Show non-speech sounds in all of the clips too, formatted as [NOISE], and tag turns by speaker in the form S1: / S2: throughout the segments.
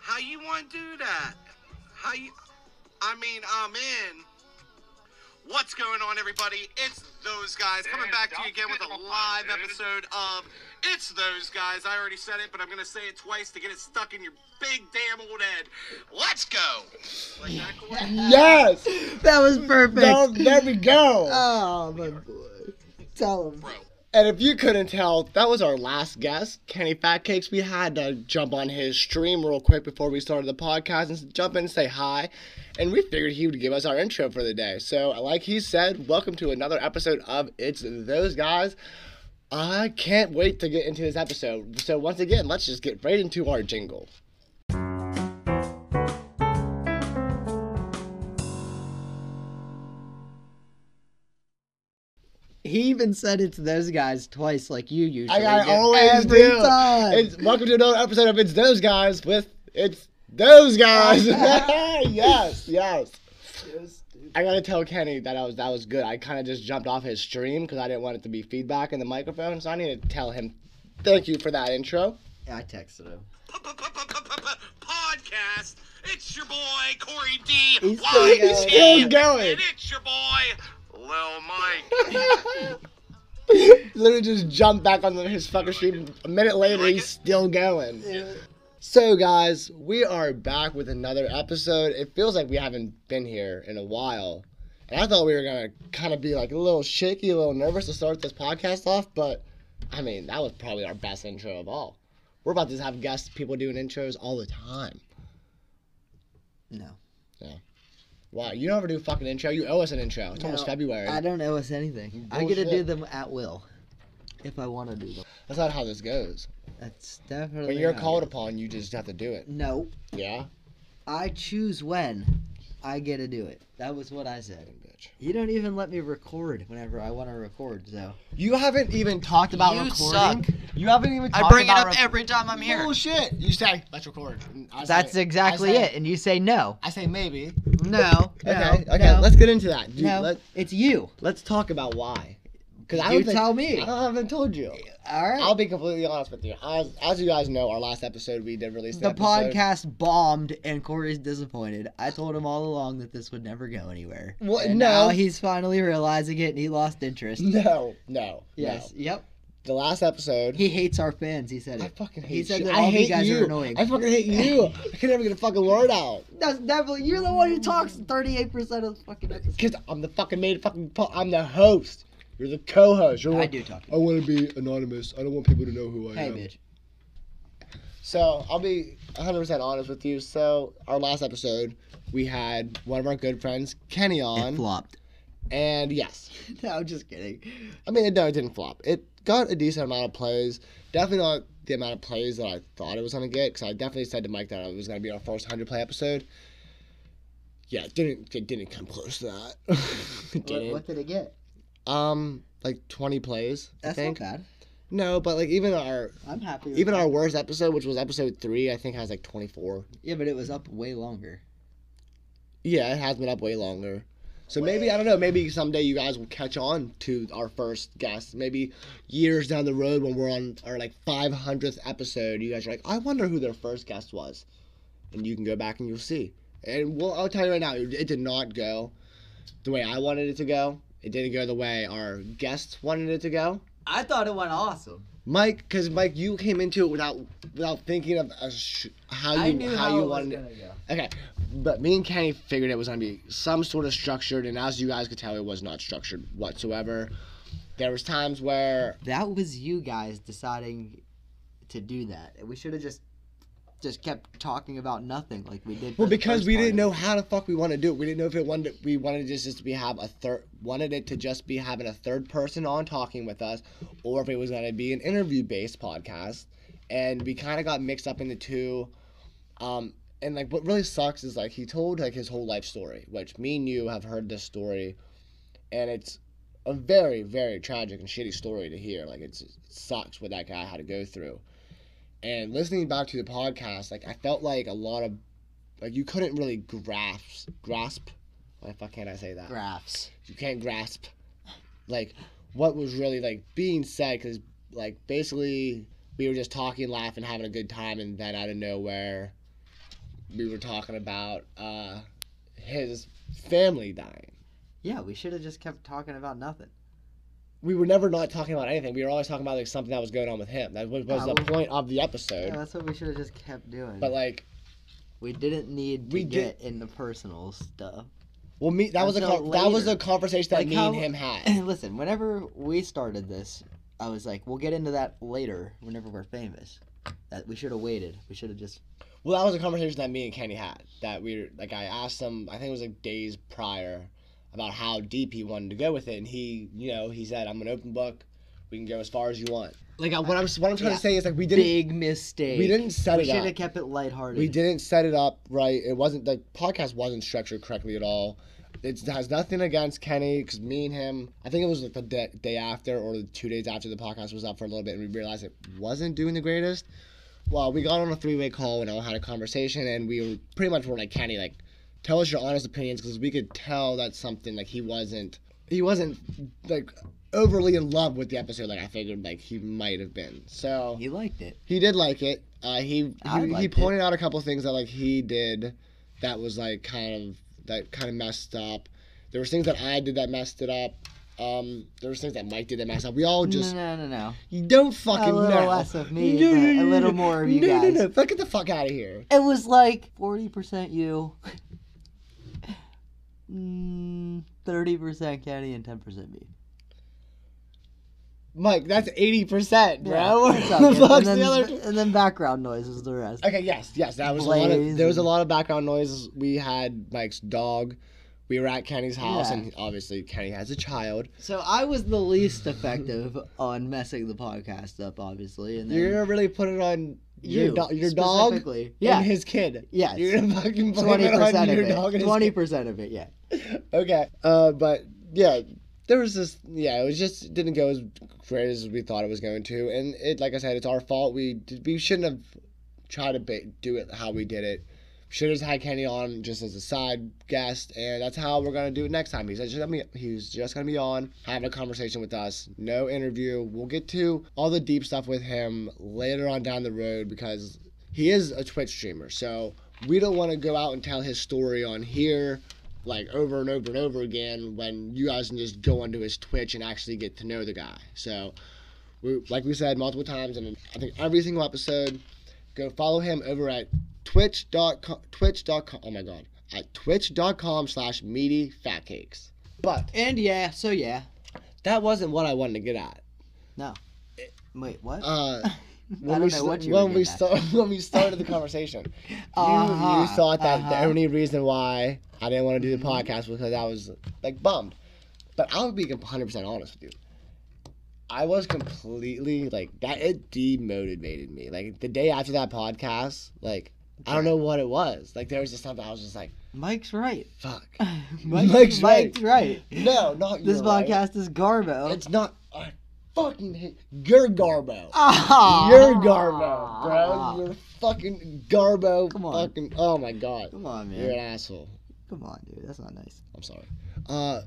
S1: How you want to do that? How you? I mean, I'm in. What's going on, everybody? It's those guys coming
S2: Damn,
S1: back to you again
S2: don't
S1: with
S2: pick
S1: a
S2: up on
S1: live
S2: it, dude.
S1: episode of It's Those Guys. I already said it, but I'm gonna say it twice to get it stuck in your big damn old head. Let's go. Like that, Corey?
S3: Yes.
S4: That was perfect.
S3: There, there we go.
S4: Oh my boy. Tell him.
S1: bro.
S3: And if you couldn't tell, that was our last guest, Kenny Fatcakes. We had to jump on his stream real quick before we started the podcast and jump in and say hi. And we figured he would give us our intro for the day. So, like he said, welcome to another episode of It's Those Guys. I can't wait to get into this episode. So, once again, let's just get right into our jingle.
S4: He even said it to those guys twice, like you usually.
S3: I, I
S4: do.
S3: always
S4: Every
S3: do.
S4: time.
S3: It's, welcome to another episode of It's Those Guys with It's Those Guys. [LAUGHS] yes, yes. I gotta tell Kenny that I was that was good. I kind of just jumped off his stream because I didn't want it to be feedback in the microphone, so I need to tell him thank you for that intro.
S4: I texted him.
S1: podcast. It's your boy Corey D.
S4: He's still
S1: Y
S4: going.
S1: T.
S3: Still going.
S1: And it's your boy Lil Mike.
S3: [LAUGHS] Literally just jumped back on his fucking stream. A minute later,
S1: like
S3: he's
S1: it?
S3: still going. So, guys, we are back with another episode. It feels like we haven't been here in a while. And I thought we were going to kind of be like a little shaky, a little nervous to start this podcast off, but I mean, that was probably our best intro of all. We're about to have guests, people doing intros all the time.
S4: No.
S3: Wow, you don't ever do a fucking intro. You owe us an intro. It's almost
S4: No,
S3: February.
S4: I don't owe us anything. I get to do
S3: Bullshit.
S4: them at will, if I want to do them.
S3: That's not how this goes.
S4: That's definitely.
S3: When you're
S4: how it
S3: called
S4: is.
S3: upon, you just have to do it.
S4: No,
S3: Yeah?
S4: I choose when I get to do it. That was what I said.
S3: Bitch.
S4: You don't even let me record whenever I want to record, so.
S3: You haven't even talked about
S4: You
S3: recording. You haven't even talked
S4: I bring it
S3: about
S4: up
S3: rec-
S4: every time I'm here.
S3: Bullshit. You say, let's record. And I
S4: That's
S3: say-
S4: exactly
S3: I say-
S4: it, and you say no,
S3: I say maybe.
S4: no, no,
S3: okay, okay,
S4: no,
S3: let's get into that. Dude,
S4: no.
S3: let,
S4: it's you.
S3: let's talk about why. Because I
S4: You
S3: don't think-
S4: tell me.
S3: I haven't told you.
S4: All right.
S3: I'll be completely honest with you. As, as you guys know, our last episode we did release an
S4: the
S3: episode.
S4: podcast bombed, and Corey's disappointed. I told him all along that this would never go anywhere.
S3: Well,
S4: and
S3: no.
S4: now he's finally realizing it, and he lost
S3: [LAUGHS]
S4: interest.
S3: No, no.
S4: Yes.
S3: no.
S4: Yep.
S3: The last episode.
S4: He hates our fans. He said
S3: I
S4: it.
S3: fucking hate
S4: He said
S3: you.
S4: that
S3: I
S4: all of you
S3: hate
S4: guys are annoying.
S3: I fucking hate
S4: [LAUGHS]
S3: you. I can never get a fucking word out.
S4: That's definitely you're the one who talks 38 percent of the fucking episode.
S3: Because I'm the fucking main fucking. Po- I'm the host. You're the co-host. You're
S4: I
S3: like,
S4: do talk.
S3: I want to be anonymous. I don't want people to know who I
S4: Hey,
S3: am.
S4: bitch.
S3: So I'll be 100% honest with you. So our last episode, we had one of our good friends, Kenny,
S4: It
S3: on, [LAUGHS]
S4: flopped.
S3: and yes,
S4: No, I'm just kidding.
S3: I mean, it, no, it didn't flop. It got a decent amount of plays. Definitely not the amount of plays that I thought it was gonna get, because I definitely said to Mike that it was gonna be our first 100 play episode. Yeah, it didn't it didn't come close to that. [LAUGHS] it
S4: What,
S3: didn't.
S4: what did it get?
S3: Um, like 20 plays. I
S4: That's
S3: think.
S4: not bad.
S3: No, but like even our
S4: I'm happy. With
S3: even
S4: that.
S3: our worst episode, which was episode three, I think has like 24.
S4: yeah, but it was up way longer.
S3: Yeah, it has been up way longer. So maybe I don't know. Maybe someday you guys will catch on to our first guest. Maybe years down the road when we're on our like 500th episode, you guys are like, I wonder who their first guest was, and you can go back and you'll see. And well, I'll tell you right now, it it did not go the way I wanted it to go. It didn't go the way our guests wanted it to go.
S4: I thought it went awesome.
S3: Mike, because Mike, you came into it without without thinking of a sh- how you how, you wanted it.
S4: go.
S3: Okay, but me and Kenny figured it was gonna be some sort of structured, and as you guys could tell, it was not structured whatsoever. There was times where
S4: That was you guys deciding to do that. We should have just just kept talking about nothing like we did. for
S3: well,
S4: the
S3: because
S4: first
S3: we
S4: part
S3: didn't
S4: of
S3: know
S4: it.
S3: how the fuck we want to do it. We didn't know if it wanted we wanted just just to be have a third wanted it to just be having a third person on talking with us, or if it was gonna be an interview based podcast, and we kind of got mixed up in the two. Um, and like what really sucks is like he told like his whole life story, which me and you have heard this story, and it's a very very tragic and shitty story to hear. Like it's, it sucks what that guy had to go through. And listening back to the podcast, like I felt like a lot of like you couldn't really grasp grasp. Why the fuck can't I say that?
S4: graphs.
S3: you can't grasp like what was really like being said because like basically we were just talking laughing having a good time and then out of nowhere we were talking about uh, his family dying.
S4: Yeah, we should have just kept talking about nothing.
S3: We were never not talking about anything. We were always talking about like something that was going on with him. That was, was
S4: Yeah,
S3: the
S4: well-
S3: point of the episode.
S4: Yeah, that's what we should have just kept doing.
S3: But like,
S4: we didn't need to
S3: We did-
S4: get in the personal stuff. [LAUGHS]
S3: well, me that was a
S4: Until
S3: co- that was a
S4: later.
S3: conversation that
S4: Like
S3: me
S4: how-
S3: and him
S4: [LAUGHS]
S3: had.
S4: Listen, whenever we started this, I was like, we'll get into that later. Whenever we're famous, that we should have waited. We should have just
S3: Well, that was a conversation that me and Kenny had. That we were, like, I asked him. I think it was like days prior about how deep he wanted to go with it, and he, you know, he said, "I'm an open book. We can go as far as you want." Like I- what I'm what I'm trying
S4: Yeah.
S3: to say is like we didn't
S4: big mistake.
S3: we didn't set
S4: We
S3: it
S4: should have
S3: up.
S4: kept it lighthearted.
S3: We didn't set it up right. It wasn't the podcast wasn't structured correctly at all. It has nothing against Kenny because me and him. I think it was like the day, day after or the two days after the podcast was up for a little bit, and we realized it wasn't doing the greatest. Well, we got on a three way call and all had a conversation, and we were pretty much were like Kenny, like, tell us your honest opinions because we could tell that something like he wasn't he wasn't like overly in love with the episode like I figured like he might have been. So
S4: He liked it.
S3: he did like it. Uh, he
S4: I
S3: he, he
S4: liked
S3: pointed out a couple things that like he did that was like kind of that kind of messed up. There was things that I did that messed it up. Um, there was things that Mike did that messed up. We all just
S4: no, no, no, no.
S3: you don't
S4: A
S3: fucking
S4: little
S3: know.
S4: less of me, but a little more of you
S3: no,
S4: guys.
S3: No, no, no. Get the fuck out of here.
S4: It was like forty percent you, Mm, thirty percent Kenny, and ten percent me.
S3: Mike, that's 80%, bro. [LAUGHS] What
S4: it's
S3: the
S4: all good.
S3: fuck's
S4: and, then,
S3: the other
S4: and then background noise is the rest.
S3: Okay, yes, yes, that was a lot of,
S4: Blaze
S3: there was a
S4: and-
S3: lot of background noise. We had Mike's dog. We were at Kenny's house,
S4: Yeah.
S3: and obviously Kenny has a child.
S4: So I was the least effective on messing the podcast up, obviously. And then
S3: You're gonna really put it on your
S4: you,
S3: do- your dog
S4: specifically.
S3: and
S4: Yeah.
S3: his kid.
S4: [LAUGHS] Yes.
S3: You're gonna fucking blame
S4: Twenty
S3: it on
S4: percent
S3: [LAUGHS]
S4: of
S3: your dog
S4: it.
S3: and his
S4: Twenty
S3: kid.
S4: percent of it. Yeah.
S3: Okay. Uh, but yeah, there was this. Yeah, it was just it didn't go as great as we thought it was going to, and it like I said, it's our fault. We did, we shouldn't have tried to ba- do it how we did it. Should have had Kenny on just as a side guest, and that's how we're gonna do it next time. He's just gonna be, he's just gonna be on, have a conversation with us, no interview. We'll get to all the deep stuff with him later on down the road because he is a Twitch streamer, so we don't want to go out and tell his story on here like over and over and over again when you guys can just go onto his Twitch and actually get to know the guy. So, we, like we said multiple times, and I think every single episode, go follow him over at twitch.com, twitch.com, oh my god, at twitch.com slash meaty fat cakes. But
S4: And yeah. So yeah.
S3: that wasn't what I wanted to get at.
S4: Wait. What?
S3: Uh,
S4: I
S3: when
S4: don't
S3: we,
S4: know
S3: st-
S4: what you
S3: when,
S4: were
S3: we
S4: getting at.
S3: sta- when we started the conversation, [LAUGHS] you, you
S4: Uh-huh,
S3: thought that the
S4: uh-huh.
S3: only reason why I didn't want to do the
S4: Mhm.
S3: podcast was because I was like bummed. But I'll be 100% honest with you. I was completely like that. It demotivated me. Like the day after that podcast, like I don't know what it was. Like there was just something I was just like,
S4: Mike's right.
S3: [LAUGHS] fuck.
S4: [LAUGHS] Mike's,
S3: Mike's right.
S4: Mike's right.
S3: No, not
S4: This
S3: you're right.
S4: podcast is garbo.
S3: It's not. I fucking hate your Garbo.
S4: [LAUGHS] Ah.
S3: You're Garbo, bro. You're fucking Garbo.
S4: Come on.
S3: Fucking. Oh my god.
S4: Come on, man.
S3: You're an asshole.
S4: Come on, dude. That's not nice. [LAUGHS]
S3: I'm sorry. Uh,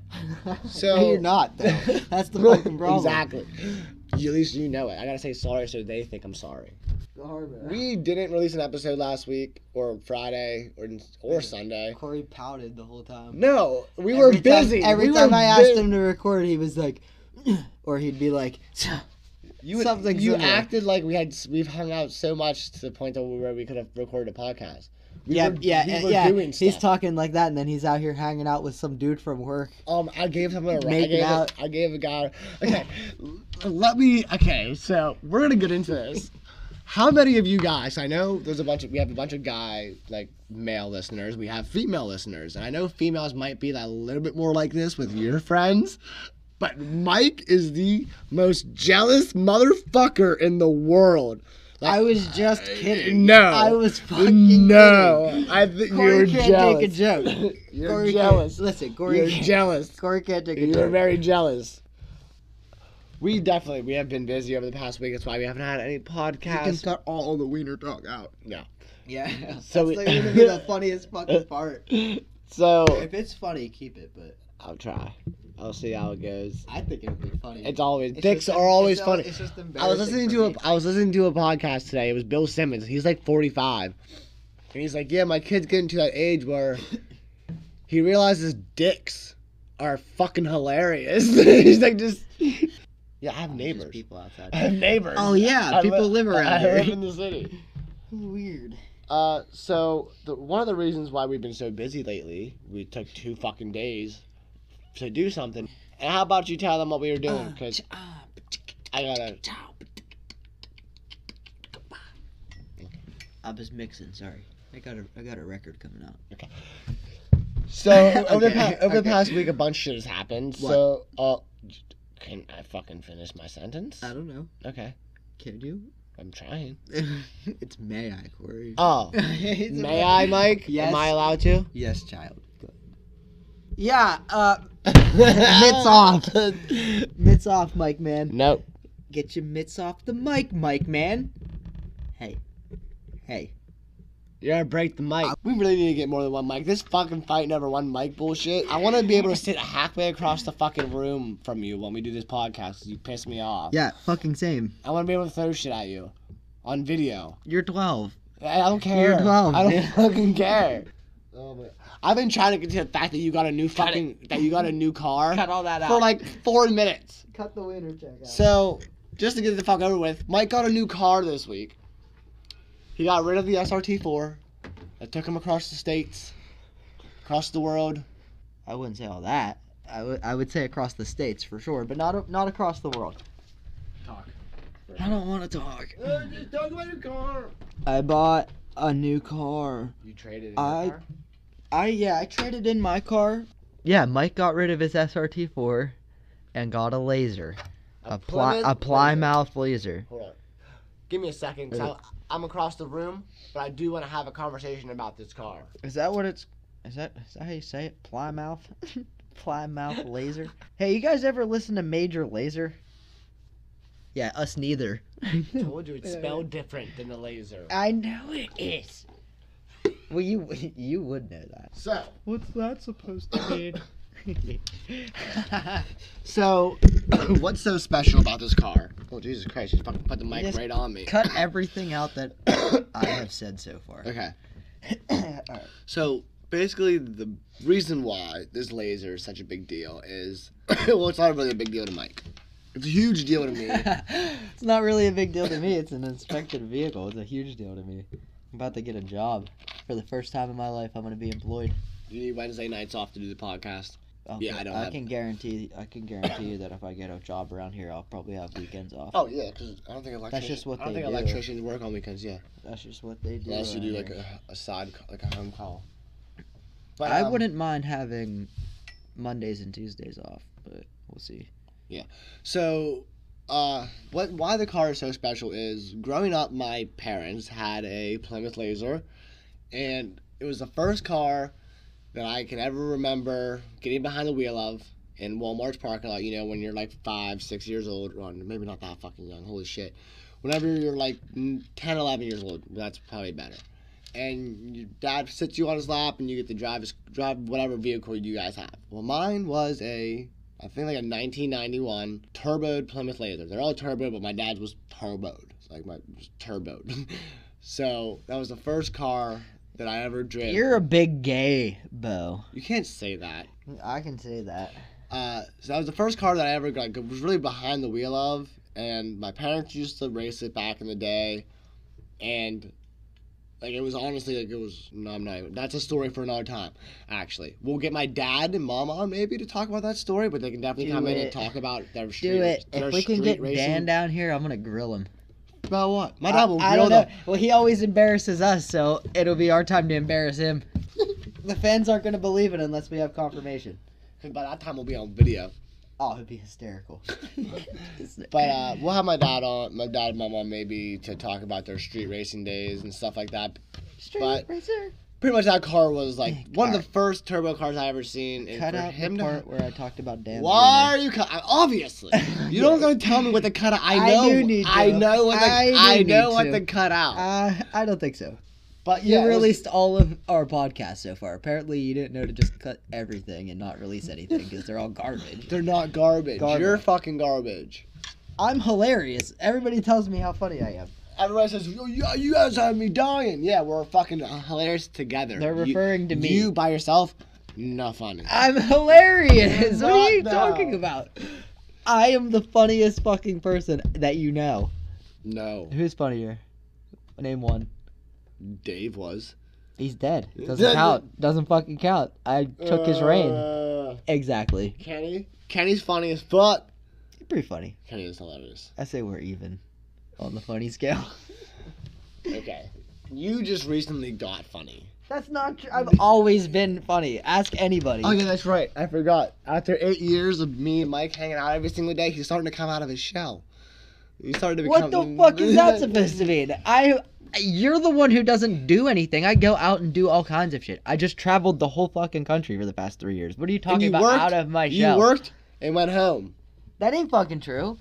S3: So-
S4: So you're
S3: [LAUGHS]
S4: not though. [LAUGHS] That's the fucking problem.
S3: exactly. You- at least you know it. I gotta say sorry so they think I'm sorry.
S4: Garbo.
S3: We didn't release an episode last week or Friday or or
S4: Yeah.
S3: Sunday.
S4: Corey pouted the whole time.
S3: No, we
S4: Every
S3: were
S4: time-
S3: busy.
S4: every
S3: We
S4: time
S3: were
S4: I asked
S3: bu-
S4: him to record, he was like, [CLEARS THROAT] or he'd be like, [CLEARS THROAT]
S3: you, would-
S4: something
S3: you
S4: similar.
S3: acted like we had s- we've hung out so much to the point that we were we could have recorded a podcast. We
S4: yeah,
S3: were-
S4: yeah,
S3: we
S4: uh,
S3: were
S4: yeah.
S3: doing
S4: He's
S3: stuff.
S4: talking like that, and then he's out here hanging out with some dude from work.
S3: Um, I gave him a. I
S4: Making
S3: gave, a,
S4: out.
S3: I gave a guy. Okay, l- let me. Okay, so we're gonna get into this. How many of you guys? I know there's a bunch of. We have a bunch of guy like male listeners. We have female listeners, and I know females might be a little bit more like this with your friends. But Mike is the most jealous motherfucker in the world.
S4: I was just kidding.
S3: No,
S4: I was fucking
S3: no.
S4: kidding.
S3: I think
S4: Corey
S3: you're
S4: can't
S3: jealous.
S4: take a joke.
S3: [LAUGHS] You're
S4: Corey
S3: jealous.
S4: Can't, listen, Corey.
S3: You're
S4: can't-
S3: jealous.
S4: Corey can't take a
S3: You're
S4: joke.
S3: very jealous. We definitely we have been busy over the past week. That's why we haven't had any podcasts.
S4: cut all the wiener
S3: talk out. No. [LAUGHS]
S4: Yeah. [LAUGHS]
S3: So
S4: that's
S3: we-
S4: like gonna be the funniest
S3: [LAUGHS]
S4: fucking part.
S3: So
S4: If it's funny, keep it. But
S3: I'll try. I'll see how it goes.
S4: I think it'll be funny.
S3: It's always
S4: It's
S3: dicks
S4: just-
S3: are always
S4: it's al-
S3: funny.
S4: It's just embarrassing.
S3: I was listening
S4: for
S3: to a
S4: me.
S3: I was listening to a podcast today. It was Bill Simmons. He's like 45, And he's like, yeah, my kid's getting to that age where he realizes dicks are fucking hilarious. [LAUGHS] he's like, just. Yeah, I have
S4: Just
S3: neighbors.
S4: people outside.
S3: I have [LAUGHS] neighbors.
S4: Oh yeah,
S3: [LAUGHS] I li-
S4: people live around
S3: I
S4: here.
S3: live in the city.
S4: Weird.
S3: Uh, so the, one of the reasons why we've been so busy lately, we took two fucking days to do something. And how about you tell them what we were
S4: Uh,
S3: doing? Because I gotta.
S4: I was mixing. Sorry, I got a I got a record coming out.
S3: So over, the, pa-
S4: Okay,
S3: over the
S4: okay.
S3: past week, a bunch of shit has happened. So, uh, can I fucking finish my sentence?
S4: I don't know.
S3: Okay,
S4: Can you? [LAUGHS]
S3: I'm trying.
S4: it's may I, Corey.
S3: Oh,
S4: [LAUGHS] It's
S3: may
S4: a-
S3: I, Mike?
S4: Yes.
S3: Am I allowed to?
S4: Yes, child. Go. Yeah.
S3: [LAUGHS]
S4: Uh,
S3: Mitts [LAUGHS]
S4: mitts off. mitts off, Mike man.
S3: No.
S4: Get your mitts off the mic, Mike man. Hey. Hey.
S3: You're gonna break the mic. We really need to get more than one mic. This fucking fight never one mic bullshit. I want to be able to sit halfway across the fucking room from you when we do this podcast 'cause you piss me off.
S4: Yeah. Fucking same.
S3: I want to be able to throw shit at you on video.
S4: You're 12.
S3: I I don't care.
S4: dumb,
S3: I don't [LAUGHS]
S4: dude.
S3: fucking care. Oh my. I've been trying to get to the fact that you got a new fucking that you got a new car
S4: Cut all that out.
S3: for like four minutes.
S4: Cut the winner check out.
S3: So, just to get the fuck over with, Mike got a new car this week. He got rid of the SRT4 that took him across the states, across the world.
S4: I wouldn't say all that. I would I would say across the states for sure, but not not across the world.
S3: Talk.
S4: I don't want to talk.
S3: just talk about your car.
S4: I bought a new car.
S3: You traded in
S4: I-
S3: your car?
S4: I yeah, I traded in my car. Yeah, Mike got rid of his SRT4 and got a laser. A, ply
S3: Plymouth
S4: a
S3: Laser.
S4: plymouth laser.
S3: Hold on. Give me a second. 'cause I'm, I'm across the room, but I do want to have a conversation about this car.
S4: Is that what it's is that is that how you say it? Plymouth? [LAUGHS] plymouth laser? Hey, you guys ever listen to Major Laser? Yeah, us neither.
S3: told you it's spelled different than the laser.
S4: I know it is. Well, you you would know that.
S3: So,
S4: What's that supposed to [COUGHS] mean?
S3: so, [COUGHS] what's so special about this car? Oh Jesus Christ! You fucking put the mic
S4: Just
S3: right on me.
S4: [LAUGHS] Cut everything out that I have said so [COUGHS] far.
S3: Okay.
S4: Alright.
S3: So basically, the reason why this laser is such a big deal is [COUGHS] well, it's not really a big deal to Mike. It's a huge deal to [LAUGHS] me.
S4: it's not really a big deal to me. It's an inspected vehicle. It's a huge deal to me. I'm about to get a job. For the first time in my life, I'm going to be employed.
S3: you need Wednesday nights off to do the podcast.
S4: Oh,
S3: Yeah, I don't
S4: I
S3: have-
S4: can guarantee. I can guarantee you that if I get a job around here, I'll probably have weekends off.
S3: Oh yeah, because I don't think electricians.
S4: just what
S3: I don't
S4: they
S3: think
S4: do.
S3: electricians work on weekends. Yeah,
S4: That's just what they do.
S3: unless you
S4: around
S3: do like
S4: here.
S3: a, a side ca- like a home call. But
S4: I
S3: um,
S4: wouldn't mind having Mondays and Tuesdays off, but we'll see.
S3: So, uh, what why the car is so special is growing up, my parents had a Plymouth Laser, and it was the first car that I can ever remember getting behind the wheel of in Walmart's parking lot. You know, when you're like five, six years old, or maybe not that fucking young. Holy shit! Whenever you're like mm, 10, 11 years old, that's probably better. And your dad sits you on his lap, and you get to drive his, drive whatever vehicle you guys have. Well, mine was a I think like a 1991 turboed Plymouth Laser. They're all turbo, but my dad's was turboed. It's like my it was turboed. [LAUGHS] so that was the first car that I ever drove.
S4: You're a big gay, Bo.
S3: You can't say that.
S4: I can say that.
S3: Uh, so that was the first car that I ever like was really behind the wheel of, and my parents used to race it back in the day, and like it was honestly like it was no, I'm not. even- That's a story for another time. Actually, we'll get my dad and mom on maybe to talk about that story, but they can definitely
S4: Do
S3: come in and
S4: it.
S3: talk about their street.
S4: Do it.
S3: their
S4: If we can
S3: street
S4: get
S3: racing.
S4: Dan down here, I'm gonna grill him.
S3: About what? My
S4: I-
S3: dad will
S4: I,
S3: um, grill
S4: don't know.
S3: them.
S4: Well, he always embarrasses us, so it'll be our time to
S3: [LAUGHS]
S4: embarrass him. the fans aren't gonna believe it unless we have confirmation.
S3: By that time, we'll be on video.
S4: Oh, it'd be hysterical.
S3: [LAUGHS]
S4: [LAUGHS]
S3: But uh, we'll have my dad on, my dad and my mom maybe to talk about their street racing days and stuff like that.
S4: Straight
S3: but-
S4: razor.
S3: Pretty much that car was like
S4: Hey,
S3: one of
S4: Mm, car.
S3: the first turbo cars I ever seen. And
S4: Cut
S3: for
S4: out
S3: him
S4: the
S3: to-
S4: part where I talked about Dan.
S3: Why are you cut?
S4: [LAUGHS]
S3: Obviously, you don't gonna tell me what the cut. I know.
S4: do need
S3: I
S4: to.
S3: know what the
S4: I
S3: I,
S4: do
S3: know
S4: need
S3: what
S4: to.
S3: the cut out.
S4: Uh, I don't think so.
S3: but
S4: You
S3: Uh, yeah, it was-
S4: released all of our podcasts so far. Apparently, you didn't know to just cut everything and not release anything because they're
S3: [LAUGHS]
S4: all garbage.
S3: They're not garbage.
S4: Garbage.
S3: You're fucking garbage.
S4: I'm hilarious. Everybody tells me how funny I am.
S3: everybody says, "Yo, you, you guys have me dying." Yeah, we're fucking hilarious together.
S4: They're
S3: You-
S4: referring to me.
S3: You by yourself, not funny.
S4: I'm hilarious.
S3: You're
S4: What are you
S3: not,
S4: talking
S3: though.
S4: about? I am the funniest fucking person that you know.
S3: no,
S4: Who's funnier? Name one.
S3: Dave was.
S4: He's dead. It
S3: Dead.
S4: doesn't count. Doesn't fucking count. I took his reign.
S3: Uh,
S4: Exactly.
S3: Kenny. Kenny's funny as fuck.
S4: You're pretty funny.
S3: Kenny is hilarious.
S4: I say we're even on the funny scale. [LAUGHS]
S3: Okay, you just recently got funny.
S4: That's not true. I've always been funny. Ask anybody.
S3: Oh yeah, that's right. I forgot. After eight years of me and Mike hanging out every single day, he's starting to come out of his shell. He's starting to
S4: What
S3: become.
S4: the fuck
S3: [LAUGHS]
S4: is that supposed to mean? I you're the one who doesn't do anything. I go out and do all kinds of shit. I just traveled the whole fucking country for the past three years. What are you talking
S3: you
S4: about?
S3: worked?
S4: out of my
S3: You
S4: shell.
S3: worked and went home.
S4: That ain't fucking true.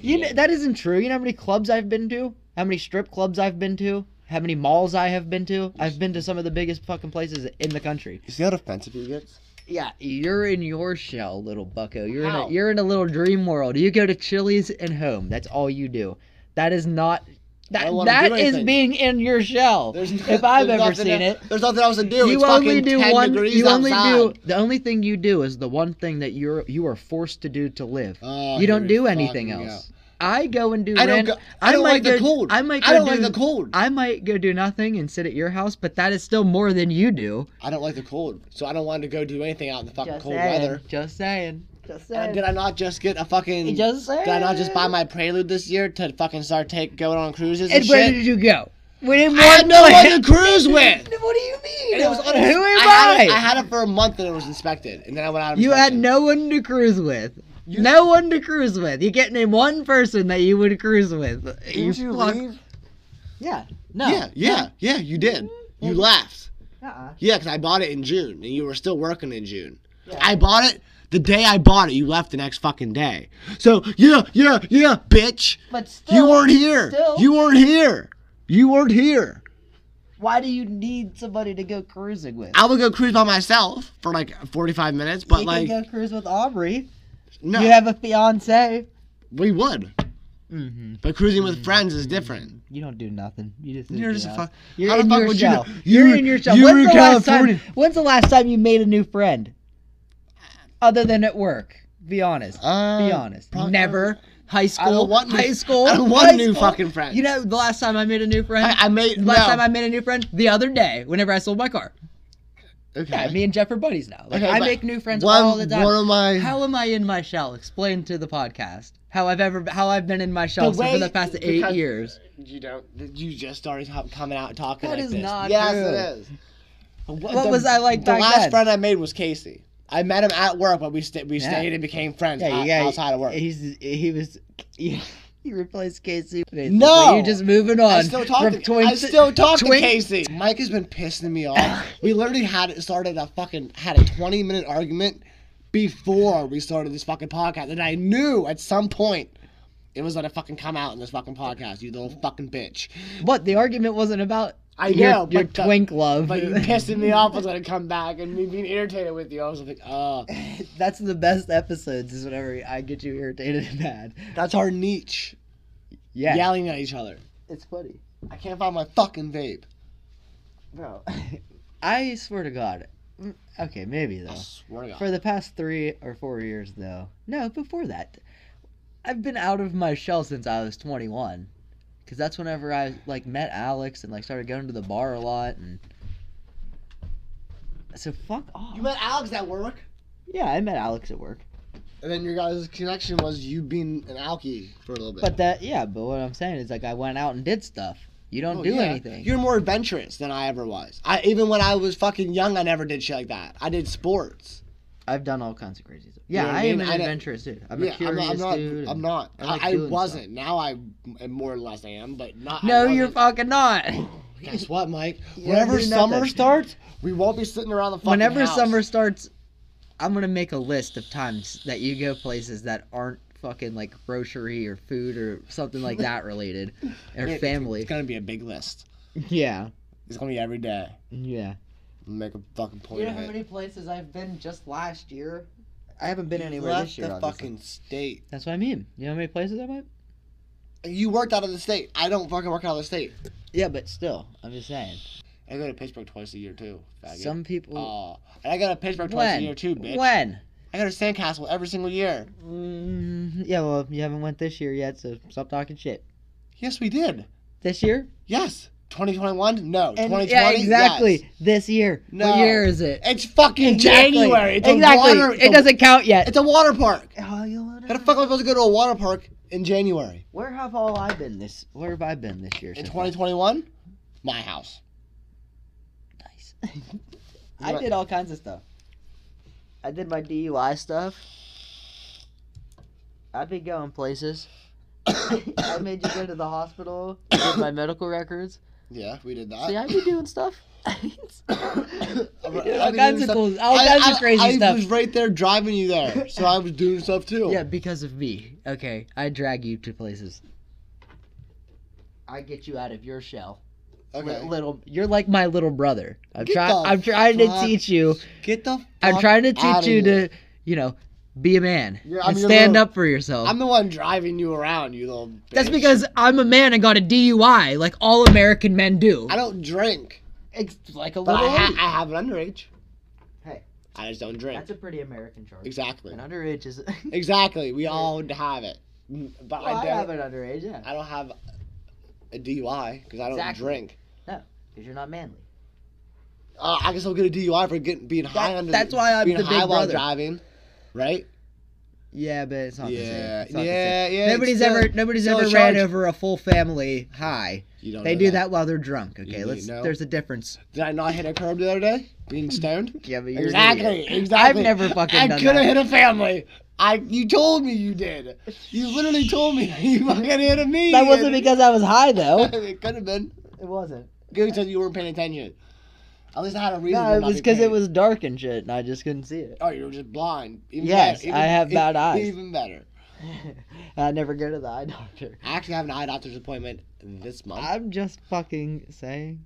S4: You know, that isn't true. You know how many clubs I've been to? How many strip clubs I've been to? How many malls I have been to? I've been to some of the biggest fucking places in the country.
S3: you see how defensive he gets?
S4: Yeah, you're in your shell, little bucko. You're
S3: How?
S4: in a you're in a little dream world. You go to Chili's and home. That's all you do. That is not that
S3: I wanna
S4: that
S3: do
S4: is
S3: anything.
S4: being in your shell.
S3: There's no-
S4: if I've
S3: there's
S4: ever
S3: nothing
S4: seen
S3: else-
S4: it.
S3: there's nothing else to do.
S4: You
S3: it's
S4: only
S3: fucking
S4: do
S3: 10
S4: one
S3: Degrees
S4: you only do
S3: outside.
S4: the only thing you do is the one thing that you're you are forced to do to live.
S3: Oh,
S4: you don't
S3: here we
S4: do anything
S3: fucking
S4: else. I go and do
S3: go. I don't.
S4: ran-
S3: Go, I don't
S4: might
S3: like the
S4: go-
S3: cold.
S4: I might
S3: I
S4: go
S3: don't like
S4: do-
S3: the cold.
S4: I might go do nothing and sit at your house, but that is still more than you do.
S3: I don't like the cold, so I don't want to go do anything out in the fucking cold weather.
S4: Just saying. Just
S3: And did I not just get a fucking?
S4: just saying.
S3: Did I not just buy my Prelude this year to fucking start take going on cruises and,
S4: [LAUGHS] And where
S3: shit?
S4: did you go? We didn't
S3: I had
S4: want
S3: no
S4: plane.
S3: one to cruise with.
S4: [LAUGHS] What do you mean?
S3: And it was on-
S4: Who am
S3: had
S4: I?
S3: it- I had it for a month and it was inspected, and then I went out. Of
S4: [LAUGHS] you had
S3: inspection.
S4: no one to cruise with. no one to cruise with. You can't name one person that you would cruise with.
S3: Didn't you
S4: fuck-
S3: leave?
S4: Yeah. No.
S3: Yeah, yeah, yeah. You did. You left.
S4: Uh-uh.
S3: Yeah, because I bought it in June, and you were still working in June.
S4: Yeah.
S3: I bought it the day I bought it. You left the next fucking day. So yeah, yeah, yeah, bitch.
S4: But
S3: you weren't here.
S4: still-
S3: You weren't here. You weren't here.
S4: Why do you need somebody to go cruising with?
S3: I would go cruise by myself for like 45 minutes, but
S4: you
S3: like
S4: can go cruise with Aubrey.
S3: no,
S4: You have a fiance.
S3: we would.
S4: Mm-hmm.
S3: But cruising with friends is different.
S4: You don't do nothing. You just
S3: You're just a
S4: out.
S3: fuck.
S4: You're
S3: How the
S4: in
S3: fuck
S4: your
S3: would you
S4: shell.
S3: know?
S4: You are
S3: You-
S4: in your shell.
S3: you
S4: when's
S3: were in
S4: the last
S3: California.
S4: time? When's the last time you made a new friend? Other than at work. Be honest.
S3: Uh,
S4: Be honest.
S3: probably-
S4: Never. High school.
S3: want new-
S4: high school.
S3: I don't want
S4: high
S3: new
S4: school.
S3: fucking friends.
S4: You know, the last time I made a new friend.
S3: I, I made
S4: the last
S3: no.
S4: time I made a new friend, the other day, whenever I sold my car.
S3: okay.
S4: Yeah, me and Jeff are buddies now. Like
S3: Okay,
S4: I
S3: but
S4: make new friends
S3: one,
S4: all the time.
S3: One of my
S4: How am I in my shell? Explain to the podcast how I've ever how I've been in my shell
S3: The
S4: so for
S3: way-
S4: the past eight
S3: because-
S4: years.
S3: You don't. You just started ho- coming out talking
S4: That
S3: like
S4: is
S3: this.
S4: not
S3: yes,
S4: true.
S3: it is. What,
S4: was I like
S3: The
S4: back
S3: last
S4: then?
S3: friend I made was Casey. I met him at work, but we st- we
S4: Yeah.
S3: stayed and became friends
S4: Yeah, you
S3: out-
S4: got-
S3: outside of work.
S4: He's he was [LAUGHS] he, he replaced Casey.
S3: No!
S4: you're just moving on.
S3: I still talk to
S4: from twin-
S3: I
S4: [LAUGHS]
S3: still talk
S4: twin-
S3: to Casey. Mike has been pissing me [LAUGHS] off. we literally had it started a fucking had a twenty minute argument before we started this fucking podcast, and I knew at some point it was gonna fucking come out in this fucking podcast. You little fucking bitch.
S4: What the argument wasn't about
S3: I
S4: your,
S3: know,
S4: your
S3: but the-
S4: twink love.
S3: [LAUGHS] But you
S4: [LAUGHS]
S3: pissing me off was gonna come back, and me being irritated with you, I was like, uh,
S4: That's the best episodes is whenever I get you irritated and mad.
S3: that's our niche.
S4: Yeah,
S3: Yelling at each other.
S4: it's funny,
S3: I can't find my fucking vape. [LAUGHS]
S4: bro. I swear to God. Mm, Okay, maybe
S3: I
S4: though.
S3: swear to God.
S4: For the past three or four years, though. No, before that, I've been out of my shell since I was 21. Cause that's whenever I like met Alex and like started going to the bar a lot and. So fuck off.
S3: you met Alex at work,
S4: yeah, I met Alex at work.
S3: and then your guys' connection was you being an alkie for a little bit.
S4: But that, yeah. But what I'm saying is like I went out and did stuff. You don't
S3: Oh,
S4: do
S3: yeah.
S4: anything.
S3: You're more adventurous than I ever was. I even when I was fucking young, I never did shit like that. I did sports.
S4: I've done all kinds of crazy stuff.
S3: You
S4: Yeah,
S3: know what
S4: I,
S3: I
S4: am
S3: mean?
S4: an
S3: I don't-
S4: adventurous dude. I'm
S3: Yeah,
S4: a curious
S3: I'm not. I'm
S4: dude.
S3: not. I'm
S4: and-
S3: not.
S4: I
S3: I,
S4: like
S3: I
S4: doing
S3: wasn't. Now I am more or less I am, but not. I
S4: No, you're
S3: wasn't.
S4: fucking not.
S3: Guess what,
S4: [LAUGHS]
S3: Mike?
S4: You don't
S3: Whenever
S4: do
S3: summer
S4: nothing.
S3: starts, we won't be sitting around the fucking
S4: Whenever
S3: house.
S4: summer starts, I'm gonna make a list of times that you go places that aren't fucking like grocery or food or something like
S3: [LAUGHS]
S4: that related, or
S3: It-
S4: family.
S3: it's gonna be a big list.
S4: Yeah,
S3: It's gonna be every day.
S4: yeah.
S3: Make a fucking point of it.
S4: places I've been just last year? I haven't
S3: You left the fucking state.
S4: That's what I mean. You know how many places I went?
S3: You worked out of the state. I don't fucking work out of the state.
S4: Yeah, but still, I'm just saying.
S3: I go to Pittsburgh twice a year too. Faggot.
S4: Some people.
S3: Aw. and I go to Pittsburgh twice
S4: when?
S3: a year too, bitch.
S4: When?
S3: I go to Sandcastle every single year.
S4: Mm, yeah, well, you haven't went this year yet, so stop talking shit.
S3: Yes, we did.
S4: This year?
S3: Yes. 2021? No.
S4: And-
S3: 2020?
S4: yeah, exactly.
S3: Yes.
S4: This year. What
S3: No.
S4: year is it?
S3: It's fucking January. It's
S4: exactly.
S3: A water, it's
S4: it
S3: a-
S4: doesn't count yet.
S3: It's a water park.
S4: Oh, you loaded
S3: How the
S4: up.
S3: fuck am I supposed to go to a water park in January?
S4: Where have all I been this? Where have I been this year?
S3: In
S4: so
S3: 2021? My house.
S4: far? [LAUGHS] Nice. I did all kinds of stuff. I did my DUI stuff. I've been going places. [COUGHS] I made you go to the hospital. I did my medical records.
S3: Yeah, we did that.
S4: See,
S3: [LAUGHS]
S4: I be doing stuff.
S3: [COUGHS] I-
S4: all
S3: I did
S4: kinds of
S3: stuff.
S4: cool, all
S3: I-
S4: kinds
S3: I-
S4: of crazy
S3: I
S4: stuff.
S3: was right there driving you there, so I was doing stuff too.
S4: Yeah, because of me. Okay, I drag you to places. I get you out of your shell.
S3: Okay.
S4: Li- Little, you're like my little brother. I'm
S3: Get
S4: trying.
S3: the
S4: I'm trying
S3: fuck
S4: to teach you.
S3: Get the. Fuck
S4: I'm trying to
S3: outta
S4: teach you
S3: here.
S4: to, you know, be a man
S3: You're- I'm
S4: and
S3: your
S4: stand
S3: little-
S4: up for yourself.
S3: I'm the one driving you around, you little. Bitch.
S4: That's because I'm a man and got a DUI, like all American men do.
S3: I don't drink,
S4: It's like a
S3: but I,
S4: little.
S3: ha- I have an underage.
S4: Hey.
S3: I just don't drink.
S4: That's a pretty American charge.
S3: exactly.
S4: An underage is. [LAUGHS]
S3: Exactly. We all have it, Mm, but
S4: Well,
S3: I,
S4: I
S3: don't,
S4: have an underage, yeah,
S3: I don't have a DUI because I don't
S4: Exactly.
S3: drink.
S4: because you're not manly.
S3: Uh, I can still get a DUI for getting being high under.
S4: that's why I'm
S3: being
S4: the big
S3: high while
S4: brother.
S3: driving, right?
S4: Yeah, but it's not the same.
S3: Yeah,
S4: It's not the same.
S3: yeah, yeah. it's
S4: Nobody's
S3: still-
S4: ever nobody's
S3: still a
S4: ever ran
S3: charge.
S4: over a full family high.
S3: You don't
S4: They
S3: know
S4: do that while they're drunk. Okay,
S3: You
S4: let's.
S3: know.
S4: There's a difference.
S3: Did I not hit a curb the other day?
S4: [LAUGHS]
S3: Being stoned?
S4: Yeah, but
S3: exactly, exactly.
S4: I've never fucking
S3: I
S4: done
S3: could have
S4: that.
S3: hit a family. I you told me you did. You literally told me [LAUGHS] you fucking hit a me.
S4: That wasn't because I was high though.
S3: [LAUGHS]
S4: it
S3: it could have been.
S4: wasn't.
S3: Good because you weren't paying attention. At least I had a reason.
S4: No,
S3: to
S4: it
S3: not
S4: was
S3: be
S4: because it
S3: paying.
S4: was dark and shit, and I just couldn't
S3: [LAUGHS]
S4: see it.
S3: Oh, you were just blind. Even
S4: Yes,
S3: better. Even-
S4: I have
S3: e-
S4: bad eyes.
S3: Even better.
S4: I never go to the eye doctor.
S3: I actually have an eye doctor's appointment this month.
S4: I'm just fucking saying.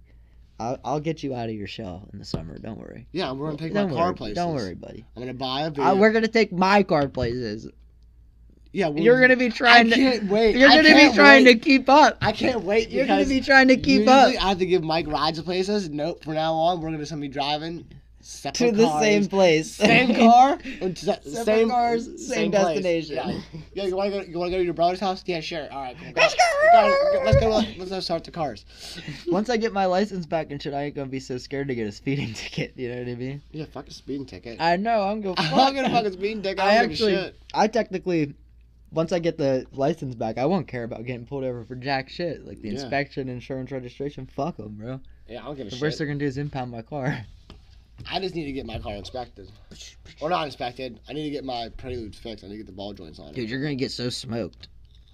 S4: I'll, I'll get you out of your shell in the summer. Don't worry.
S3: yeah, we're gonna take
S4: don't
S3: my
S4: worry.
S3: car places.
S4: Don't worry, buddy.
S3: I'm gonna buy a.
S4: I,
S3: video-
S4: we're gonna take my car places.
S3: Yeah, we're,
S4: You're gonna be
S3: I
S4: trying to.
S3: can't wait.
S4: You're
S3: I
S4: gonna be
S3: can't
S4: trying
S3: wait.
S4: to keep up.
S3: I can't wait.
S4: You're gonna
S3: because
S4: be trying to keep
S3: usually
S4: up
S3: I have to give Mike rides to places. Nope. From now on, we're gonna just be driving separate
S4: to the
S3: cars.
S4: same place, [LAUGHS]
S3: Same car, and [LAUGHS] se-
S4: Separate
S3: same
S4: cars, same
S3: place.
S4: destination.
S3: Yeah. Yeah, you wanna go? You wanna go to your brother's house? Yeah, sure. All right, cool, go. Go, go, Let's go. Let's go. Let's start the cars.
S4: Once I get my license back and shit, I ain't gonna be so scared to get a speeding [LAUGHS] ticket. You know what I mean?
S3: Yeah, fuck a speeding ticket.
S4: I know. [LAUGHS] I'm gonna.
S3: [LAUGHS] I'm not gonna fucking speeding ticket.
S4: I
S3: I don't give a
S4: actually-
S3: shit.
S4: I technically, once I get the license back, I won't care about getting pulled over for jack shit. Like the
S3: Yeah.
S4: inspection, insurance, registration. Fuck them, bro.
S3: Yeah, I don't give a
S4: The
S3: shit.
S4: worst they're gonna do is impound my car. [LAUGHS]
S3: I just need to get my car inspected. Or not inspected. I need to get my prelude fixed. I need to get the ball joints on it.
S4: Dude, you're gonna get so smoked.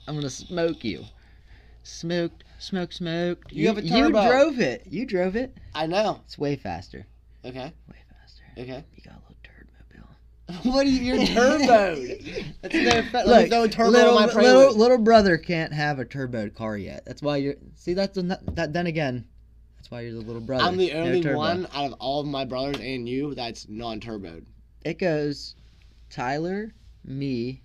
S4: I'm gonna smoke you. Smoked, smoked, smoked.
S3: You have a turbo.
S4: You drove it. You drove it.
S3: I know.
S4: It's way faster.
S3: Okay.
S4: Way faster.
S3: Okay.
S4: You got a little turd mobile. [LAUGHS]
S3: what are you? You're turboed. [LAUGHS] That's no fa- Let me
S4: Look,
S3: throw a turbo
S4: little,
S3: on my prelude.
S4: little little brother can't have a turbo car yet. That's why you're. See, that's an, that. Then again, that's why you're the little brother.
S3: I'm the
S4: No
S3: only
S4: turbo.
S3: one out of all of my brothers and you that's non-turboed.
S4: It goes, Tyler, me,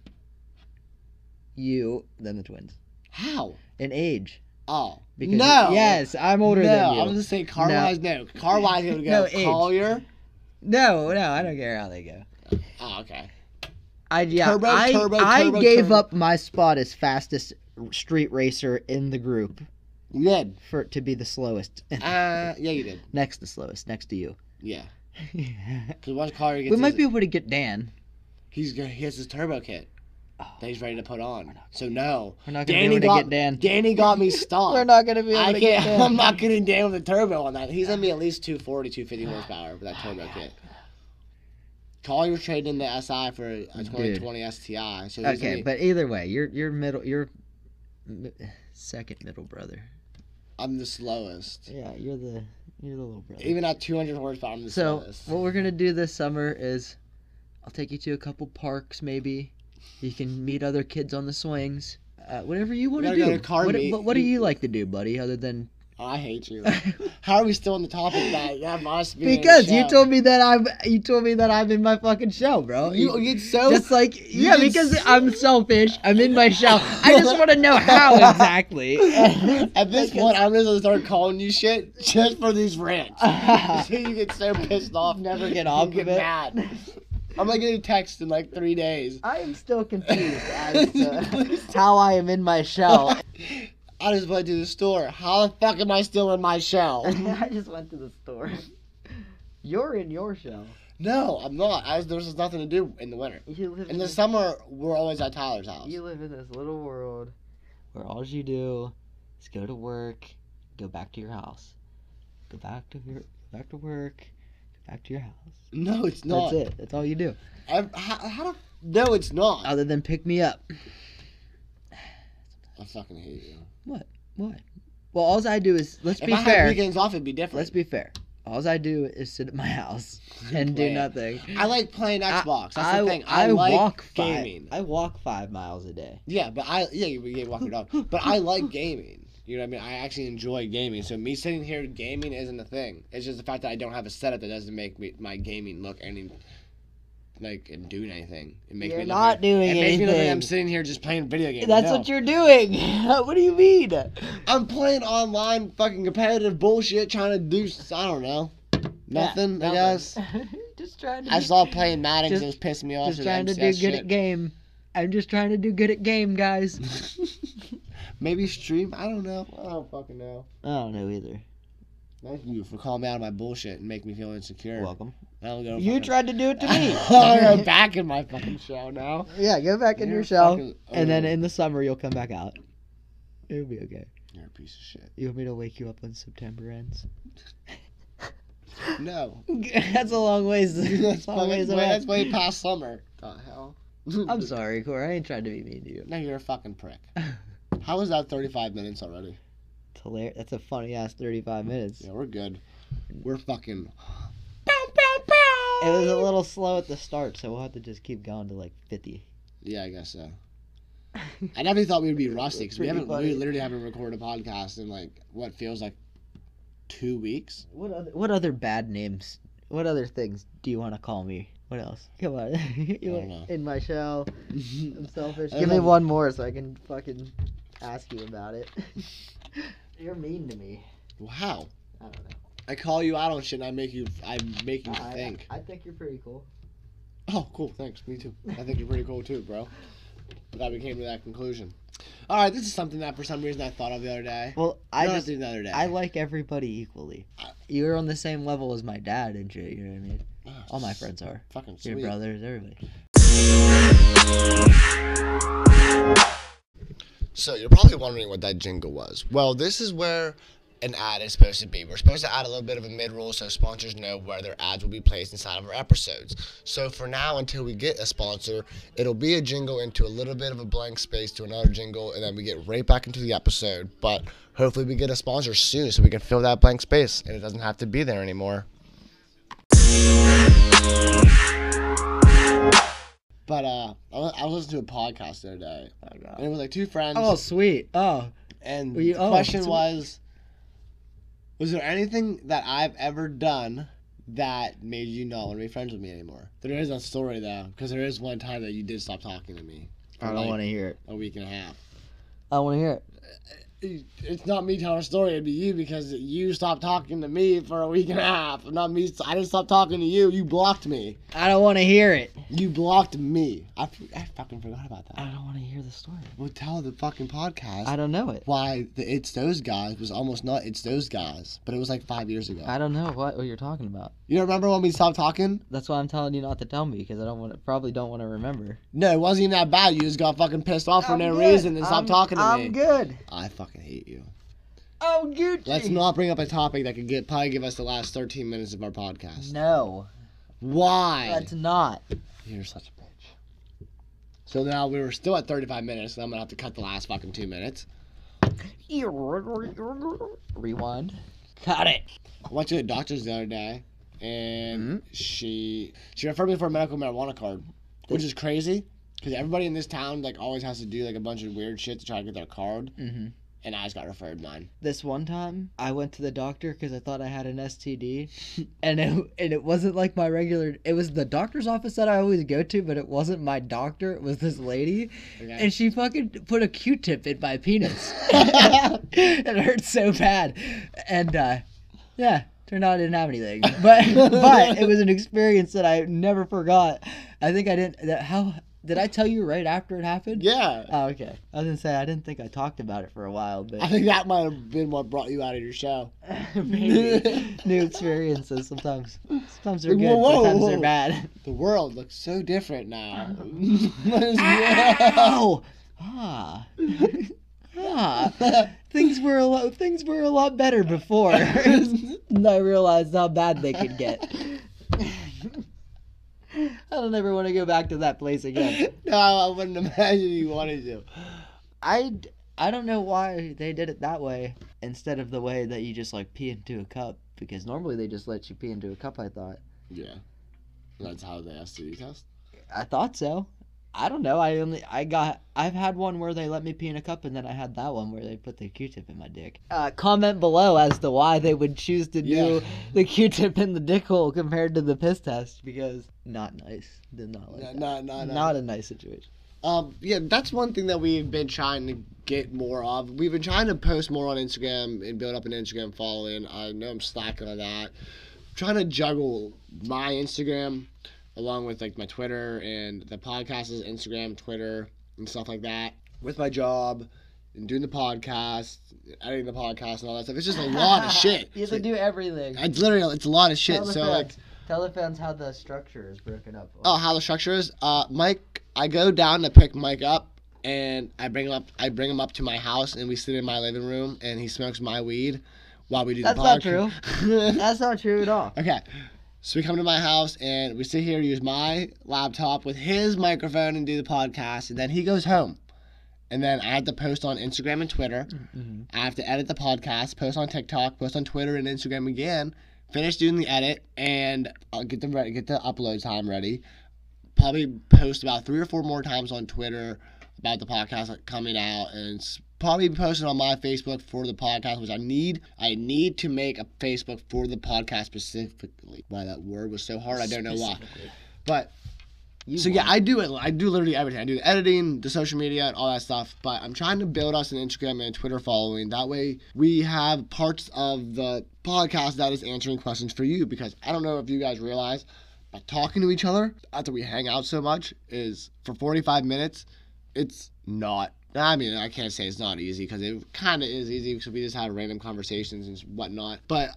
S4: you, then the twins.
S3: How?
S4: In age.
S3: Oh.
S4: Because
S3: no.
S4: Yes, I'm older
S3: no,
S4: than you.
S3: I'm just saying car wise, no. Car wise, it would go
S4: [LAUGHS] No, age.
S3: Collier.
S4: No, no, I don't care how they go.
S3: Oh, okay.
S4: I yeah,
S3: Turbo,
S4: I,
S3: turbo,
S4: I
S3: turbo,
S4: gave
S3: turbo.
S4: up my spot as fastest street racer in the group
S3: You did.
S4: for to be the slowest.
S3: Uh, yeah, you did.
S4: next to slowest, next to you.
S3: Yeah.
S4: [LAUGHS] we
S3: Because once Collier gets his-
S4: might be able to get Dan.
S3: He's gonna, he has his turbo kit
S4: Oh.
S3: that he's ready to put on. So no,
S4: We're not gonna
S3: Danny
S4: be able to
S3: got
S4: get Dan.
S3: Danny got me
S4: We're [LAUGHS]
S3: stopped.
S4: not gonna be able
S3: I
S4: to
S3: can't.
S4: get [LAUGHS]
S3: [LAUGHS]
S4: Dan.
S3: I'm not getting Dan with a turbo on that. He's gonna be at least 240,
S4: [SIGHS]
S3: 250 horsepower with that
S4: Oh,
S3: turbo kit. Collier's trading in the SI for a 2020 STI. So he's gonna
S4: Okay,
S3: be-
S4: but either way, you're you're middle, you're mi- second middle brother.
S3: I'm the slowest.
S4: Yeah, you're the you're the little brother.
S3: Even at 200 horsepower, I'm the
S4: so
S3: slowest.
S4: what we're gonna do this summer is, I'll take you to a couple parks maybe. You can meet other kids on the swings. Uh, whatever you want
S3: gotta
S4: to
S3: go
S4: do.
S3: to car
S4: what,
S3: meet.
S4: what, what do
S3: You-
S4: you like to do, buddy? Other than
S3: I hate [LAUGHS]
S4: [LAUGHS]
S3: you. How are we still on the topic of that? That must be
S4: because you told me that I'm you told me that I'm in my fucking shell, bro.
S3: Oh, you. You so
S4: [LAUGHS] just like
S3: you
S4: yeah,
S3: did
S4: because
S3: s-
S4: I'm selfish. I'm in my shell. I [LAUGHS] just want to know how [LAUGHS] exactly.
S3: [LAUGHS] At this
S4: [LAUGHS]
S3: point, I'm just gonna start calling you shit just for these rants. [LAUGHS]
S4: [LAUGHS]
S3: so you get so pissed off.
S4: Never get
S3: you
S4: off of it. [LAUGHS]
S3: Mad. I'm gonna get a text in like three days.
S4: I am still confused as to [LAUGHS] how I am in my [LAUGHS] shell.
S3: I just went to the store. How the fuck am I still in my shell?
S4: [LAUGHS] I just went to the store. You're in your shell.
S3: no, I'm not. I, there's just nothing to do in the winter.
S4: You live
S3: In the summer, we're always at Tyler's house.
S4: You live in this little world where all you do is go to work, go back to your house, go back to your back to work, go back to your house.
S3: No, it's not.
S4: That's it. That's all you do.
S3: Ev- how, how the, no, it's not.
S4: Other than pick me up.
S3: I fucking hate you.
S4: What? Well, all I do is let's
S3: If
S4: be
S3: I had
S4: fair.
S3: weekends off, it'd be different.
S4: Let's be fair. All I do is sit at my house
S3: [LAUGHS]
S4: and do
S3: Play it.
S4: nothing.
S3: I like playing Xbox. That's the thing. I,
S4: I
S3: like
S4: walk five.
S3: gaming.
S4: I walk five miles a day.
S3: Yeah, but I yeah you you walk your dog. But I like gaming. You know what I mean? I actually enjoy gaming. So me sitting here gaming isn't a thing. It's just the fact that I don't have a setup that doesn't make me, my gaming look any like and doing anything. It makes
S4: You're
S3: me look
S4: not
S3: like,
S4: doing
S3: it makes me look like I'm
S4: anything.
S3: sitting here just playing video games.
S4: That's
S3: No.
S4: what you're doing. [LAUGHS] what do you mean?
S3: I'm playing online fucking competitive bullshit, trying to do s- I don't know nothing. I guess
S4: [LAUGHS] just trying to.
S3: I
S4: be-
S3: saw playing Madden 'cause it
S4: Just-
S3: was pissing me off.
S4: Just
S3: so
S4: trying to
S3: that's-
S4: do good
S3: that's
S4: at game. I'm just trying to do good at
S3: [LAUGHS]
S4: game, guys.
S3: shit. [LAUGHS] Maybe stream. I don't know. I don't fucking know.
S4: I don't know either.
S3: Thank you for calling me out of my bullshit and make me feel insecure.
S4: welcome.
S3: I don't go
S4: You
S3: fucking-
S4: tried to do it to
S3: [LAUGHS] I'm
S4: me. [LAUGHS]
S3: back in my fucking show now.
S4: yeah, go back in your
S3: You're
S4: shell,
S3: fucking-
S4: and then
S3: oh,
S4: in the summer you'll come back out. It'll be okay.
S3: you're a piece of shit.
S4: You want me to wake you up when September ends?
S3: No, [LAUGHS]
S4: [LAUGHS] that's a long ways.
S3: that's
S4: That's a long
S3: fucking way,
S4: ways away.
S3: that's way past summer. The hell.
S4: [LAUGHS] I'm sorry, Corey. I ain't trying to be mean to you.
S3: [LAUGHS] No, you're a fucking
S4: [LAUGHS]
S3: prick. How was that 35 minutes already?
S4: It's hilarious. That's a funny ass 35 minutes.
S3: Yeah, we're good. We're fucking.
S4: It was a little slow at the start, so we'll have to just keep going to like 50.
S3: Yeah, I guess so. I never thought we
S4: [LAUGHS]
S3: would be rusty because we
S4: Pretty
S3: haven't.
S4: funny.
S3: We literally haven't recorded a podcast in like what feels like two
S4: [LAUGHS]
S3: weeks.
S4: What other what other bad names? What other things do you want to call me? What else? [LAUGHS] Come on. you
S3: I don't
S4: want-
S3: know.
S4: in my shell. I'm selfish.
S3: I
S4: Give me
S3: love-
S4: one more so I can fucking ask you about it. [LAUGHS] You're mean to me.
S3: wow.
S4: I don't know.
S3: I call you out on shit and I make you I make you
S4: I,
S3: think.
S4: I think you're pretty cool.
S3: Oh, cool, thanks. Me too. I think you're pretty cool too, bro. Glad we came to that conclusion. Alright, this is something that for some reason I thought of the other day.
S4: Well, I
S3: No,
S4: just
S3: the other day.
S4: I like everybody equally.
S3: I-
S4: You're on the same level as my dad and shit. You know what I mean?
S3: Oh,
S4: All my
S3: s-
S4: friends are.
S3: Fucking
S4: Your
S3: sweet.
S4: brothers, everybody.
S3: So you're probably wondering what that jingle was. Well, this is where an ad is supposed to be. We're supposed to add a little bit of a mid-roll so sponsors know where their ads will be placed inside of our episodes. So for now, until we get a sponsor, it'll be a jingle into a little bit of a blank space to another jingle, and then we get right back into the episode. But hopefully, we get a sponsor soon so we can fill that blank space, and it doesn't have to be there anymore. But uh, I was I was listening to a podcast the other day, and it was like two friends.
S4: Oh, sweet. Oh,
S3: And
S4: We-
S3: the
S4: oh,
S3: question
S4: it's-
S3: was Was there anything that I've ever done that made you not want to be friends with me anymore? There is a story though, because there is one time that you did stop talking to me
S4: I don't
S3: Like-
S4: want to hear it.
S3: a week and a half.
S4: I want to hear it.
S3: It- It's not me telling a story, it'd be you because you stopped talking to me for a week and a half. Not me. I didn't stop talking to you. You blocked me.
S4: I don't want to hear it.
S3: You blocked me. I, f- I fucking forgot about
S4: I
S3: that.
S4: don't want to hear the story.
S3: Well, tell the fucking podcast
S4: I don't know it.
S3: why the It's Those Guys was almost not It's Those Guys, but it was like five years ago.
S4: I don't know what, what you're talking about.
S3: You don't remember when we stopped talking?
S4: That's why I'm telling you not to tell me because I don't want to, probably don't want to remember.
S3: No, it wasn't even that bad. You just got fucking pissed off for no reason and stopped talking to me.
S4: I'm good.
S3: I fucking hate you.
S4: I'm Oh, Gucci.
S3: Let's not bring up a topic that could get probably give us the last 13 minutes of our podcast.
S4: No,
S3: Why?
S4: let's not.
S3: You're such a bitch. So now we were still at 35 minutes, and I'm gonna have to cut the last fucking two minutes.
S4: Rewind. Got it.
S3: I went to the doctor's the other day, and
S4: Mhm.
S3: she she referred me for a medical marijuana card, which is crazy because everybody in this town like always has to do like a bunch of weird shit to try to get their card.
S4: Mm-hmm.
S3: and I just got referred mine.
S4: This one time, I went to the doctor because I thought I had an STD, [LAUGHS] and it and it wasn't like my regular. It was the doctor's office that I always go to, but it wasn't my doctor. It was this lady,
S3: Okay.
S4: and she fucking put a Q-tip in
S3: [LAUGHS]
S4: my penis. [LAUGHS] it hurt so bad, and uh, yeah, turned out I didn't have anything. But [LAUGHS] but it was an experience that I never forgot. I think I didn't. That, how did I tell you right after it happened?
S3: yeah.
S4: Oh, okay. I was gonna say I didn't think I talked about it for a while, but
S3: I think that might have been what brought you out of your shell.
S4: [LAUGHS] Maybe. [LAUGHS] new experiences sometimes. Sometimes they're good,
S3: Whoa, whoa,
S4: sometimes
S3: whoa.
S4: they're bad.
S3: The world looks so different now. [LAUGHS]
S4: Ow! Ah. ah. Things were a lot things were a lot better before. [LAUGHS] And I realized how bad [LAUGHS] they could get. [LAUGHS] I don't ever want to go back to that place again. [LAUGHS]
S3: no, I wouldn't imagine you wanted to.
S4: I d- I don't know why they did it that way instead of the way that you just like pee into a cup because normally they just let you pee into a cup. I thought.
S3: Yeah. That's how the STD test.
S4: I thought so. I don't know. I only I got I've had one where they let me pee in a cup, and then I had that one where they put the Q-tip in my dick. Uh, comment below as to why they would choose to do
S3: Yeah.
S4: the Q-tip in the dick hole compared to the piss test because not nice. Did not
S3: No,
S4: like that.
S3: no, no, no.
S4: Not a nice situation.
S3: Um, yeah, that's one thing that we've been trying to get more of. We've been trying to post more on Instagram and build up an Instagram following. I know I'm slacking on that. trying to juggle my Instagram along with like my Twitter and the podcast is Instagram, Twitter, and stuff like that with my job and doing the podcast, editing the podcast and all that stuff. It's just a
S4: [LAUGHS]
S3: lot of shit.
S4: you have to do everything.
S3: It's literally it's a lot of shit.
S4: Tell the
S3: So
S4: fans-
S3: like
S4: tell the fans how the structure is broken up.
S3: oh how the structure is uh mike i go down to pick mike up and i bring him up i bring him up to my house and we sit in my living room and he smokes my weed while we do
S4: That's
S3: the
S4: not
S3: podcast [LAUGHS]
S4: That's not true at all.
S3: okay so we come to my house and we sit here use my laptop with his microphone and do the podcast and then he goes home and then i have to post on instagram and twitter I have to edit the podcast, post on TikTok, post on Twitter and Instagram again, finish doing the edit, and I'll get the re- get the upload time ready. Probably post about three or four more times on Twitter about the podcast coming out, and s- probably post it on my Facebook for the podcast, which I need. I need to make a Facebook for the podcast specifically. Why that word was so hard, I don't know why. But
S4: You
S3: so yeah,
S4: won.
S3: I do it. I do literally everything. I do the editing, the social media, and all that stuff. But I'm trying to build us an Instagram and Twitter following. That way, we have parts of the podcast that is answering questions for you. Because I don't know if you guys realize, but talking to each other after we hang out so much is for 45 minutes. It's not. I mean, I can't say it's not easy because it kind of is easy because we just have random conversations and whatnot. But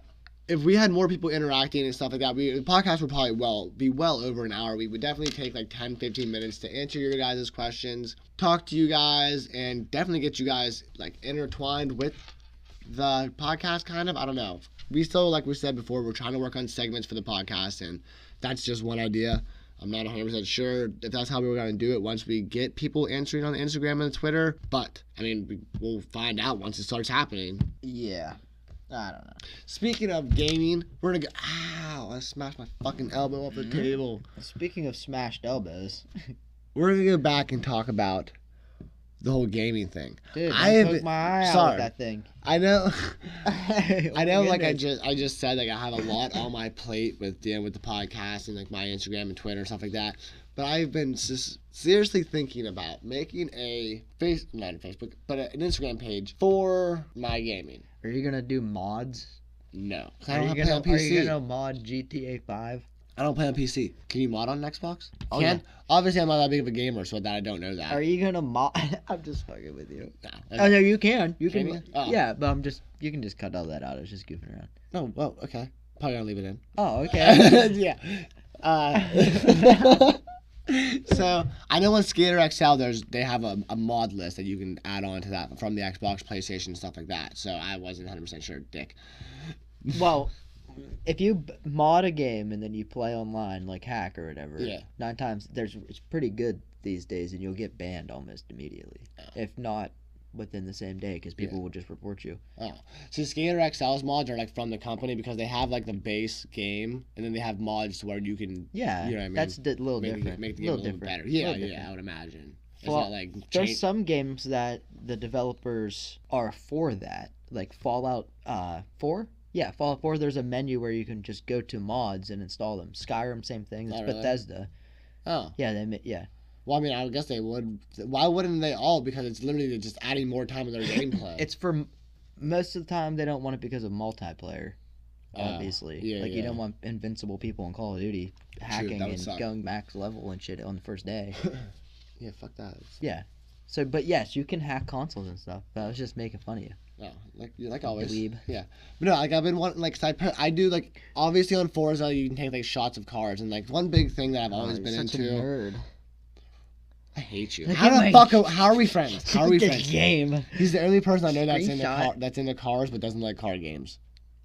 S3: if we had more people interacting and stuff like that, we the podcast would probably well be well over an hour. We would definitely take like 10, 15 minutes to answer your guys' questions, talk to you guys, and definitely get you guys like intertwined with the podcast kind of. I don't know. We still like we said before, we're trying to work on segments for the podcast and that's just one idea. I'm not 100% sure if that's how we were going to do it once we get people answering on Instagram and Twitter, but I mean, we, we'll find out once it starts happening.
S4: yeah. I don't know.
S3: Speaking of gaming, we're gonna go. Ow! I smashed my fucking elbow off the
S4: Mm-hmm.
S3: table.
S4: Speaking of smashed elbows,
S3: We're gonna go back and talk about the whole gaming thing.
S4: dude,
S3: I
S4: I,
S3: have-
S4: poked my eye out
S3: sorry.
S4: with that [LAUGHS] thing.
S3: I know, [LAUGHS] I know.
S4: Oh,
S3: Like I
S4: goodness.
S3: just, I just said like I have a lot on my plate with dealing with the podcast and like my Instagram and Twitter and stuff like that. But I've been s seriously thinking about making a face, not a Facebook, but an Instagram page for my gaming.
S4: Are you gonna do mods?
S3: No, 'cause I don't
S4: Are you
S3: have- play
S4: gonna
S3: on PC.
S4: Are you gonna mod GTA Five?
S3: I don't play on PC. Can you mod on Xbox?
S4: Oh,
S3: Can? Obviously, I'm not that big of a gamer, so that I don't know that.
S4: Are you gonna mod? [LAUGHS] I'm just fucking with you.
S3: Nah.
S4: Oh no, you can. You
S3: Can
S4: can.
S3: you? Oh.
S4: Yeah, but I'm just. You can just cut all that out. I was just goofing around.
S3: No, well, okay. Probably gonna leave
S4: [LAUGHS]
S3: it in.
S4: Oh, [LAUGHS] okay.
S3: yeah. [LAUGHS] Uh, [LAUGHS] so I know on Skater XL, there's they have a, a mod list that you can add on to that from the Xbox, PlayStation, stuff like that. So I wasn't 100 percent sure, Dick. [LAUGHS]
S4: well, if you b- mod a game and then you play online like hack or whatever,
S3: Yeah.
S4: nine times there's it's pretty good these days, and you'll get banned almost immediately,
S3: Oh.
S4: if not within the same day, because people will just report you.
S3: So Skater XL's mods are like from the company because they have like the base game, and then they have mods where you can
S4: Yeah,
S3: You know what I mean?
S4: that's a little
S3: make, the-
S4: different.
S3: make the game a
S4: little
S3: little
S4: different.
S3: better. Yeah,
S4: little
S3: yeah, I
S4: different.
S3: would imagine. It's
S4: Well,
S3: not like
S4: There's
S3: change.
S4: some games that the developers are for that, like Fallout uh, 4. Yeah, Fallout 4. There's a menu where you can just go to mods and install them. Skyrim, same thing. It's
S3: Oh, really?
S4: Bethesda.
S3: oh,
S4: Yeah, they ma- yeah.
S3: well, I mean, I guess they would. Why wouldn't they all? Because it's literally just adding more time to their
S4: [COUGHS]
S3: gameplay.
S4: It's for m- most of the time they don't want it because of multiplayer.
S3: Oh,
S4: Obviously,
S3: yeah,
S4: like you
S3: yeah.
S4: don't want invincible people in Call of Duty hacking
S3: that would
S4: and
S3: suck.
S4: going max level and shit on the first day.
S3: yeah, fuck that. It's-
S4: So, but yes, you can hack consoles and stuff. But I was just making fun of you.
S3: Oh, like like always.
S4: Dweeb.
S3: Yeah, but no, like I've been wanting, like 'cause I, put, I do like obviously on Forza you can take like shots of cars and like one big thing that I've always been into.
S4: nerd.
S3: I hate you.
S4: Look
S3: How
S4: at
S3: the
S4: my-
S3: fuck? Are, how are we
S4: [LAUGHS]
S3: friends? How are we
S4: The
S3: friends?
S4: game.
S3: He's the only person I know that's in the
S4: Screenshot.
S3: car, that's in the cars but doesn't like car games.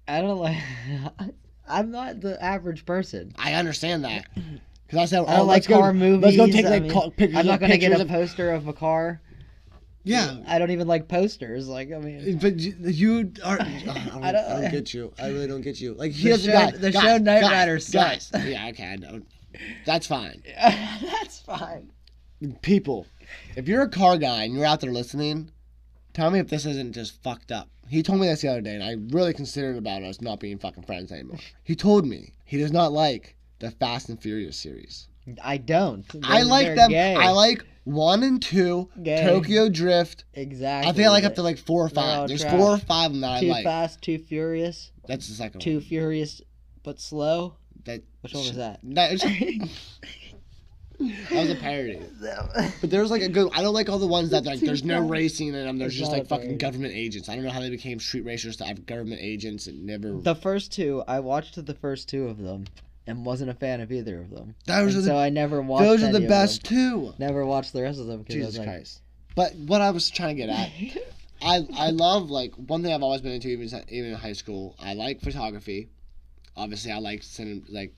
S4: I don't like. [LAUGHS] I'm not the average person.
S3: I understand
S4: [LAUGHS]
S3: that because I said
S4: I don't
S3: oh,
S4: like
S3: let's go-
S4: car
S3: Let's
S4: movies.
S3: go take
S4: I
S3: like
S4: mean,
S3: ca- pictures.
S4: I'm not
S3: gonna
S4: gonna
S3: pictures
S4: get a
S3: of,
S4: poster of a car.
S3: yeah.
S4: I don't even like posters. Like I mean, [LAUGHS]
S3: But you, you are. [LAUGHS] I don't, I
S4: I don't-
S3: don't [LAUGHS] get you. I really don't get you. Like he
S4: The
S3: has
S4: show-
S3: guys,
S4: the
S3: guys,
S4: show Knight
S3: guys,
S4: Rider
S3: guys.
S4: sucks.
S3: Yeah, okay, I know. That's fine.
S4: that's fine.
S3: people, if you're a car guy and you're out there listening, tell me if this isn't just fucked up. He told me this the other day, and I really considered about us not being fucking friends anymore. He told me he does not like the Fast and Furious series.
S4: I don't.
S3: I
S4: They're-
S3: like
S4: they're
S3: them.
S4: gay.
S3: I like one and two,
S4: Gay.
S3: Tokyo Drift.
S4: exactly.
S3: I think I like up
S4: but
S3: to like four or
S4: They're all
S3: five. There's
S4: trash.
S3: four or five of them that
S4: too
S3: I like. Mm.
S4: fast, too furious,
S3: That's the second
S4: too
S3: one.
S4: furious but slow.
S3: That,
S4: Which one was that?
S3: [LAUGHS] that is- that was a parody. But there's like a good. I don't like all the ones that like. There's no racing in them. There's
S4: It's
S3: just
S4: not
S3: like
S4: a
S3: fucking
S4: parody.
S3: government agents. I don't know how they became street racers to have government agents and never.
S4: the first two, I watched the first two of them, and wasn't a fan of either of them.
S3: those
S4: And
S3: are
S4: so
S3: the
S4: I never watched.
S3: those are
S4: any
S3: the
S4: of them.
S3: best too.
S4: Never watched the rest of them. 'cause I was
S3: Jesus
S4: like,
S3: Christ. But what I was trying to get
S4: [LAUGHS]
S3: at, I I love like one thing I've always been into even si- even in high school. I like photography. Obviously, I like cinem- like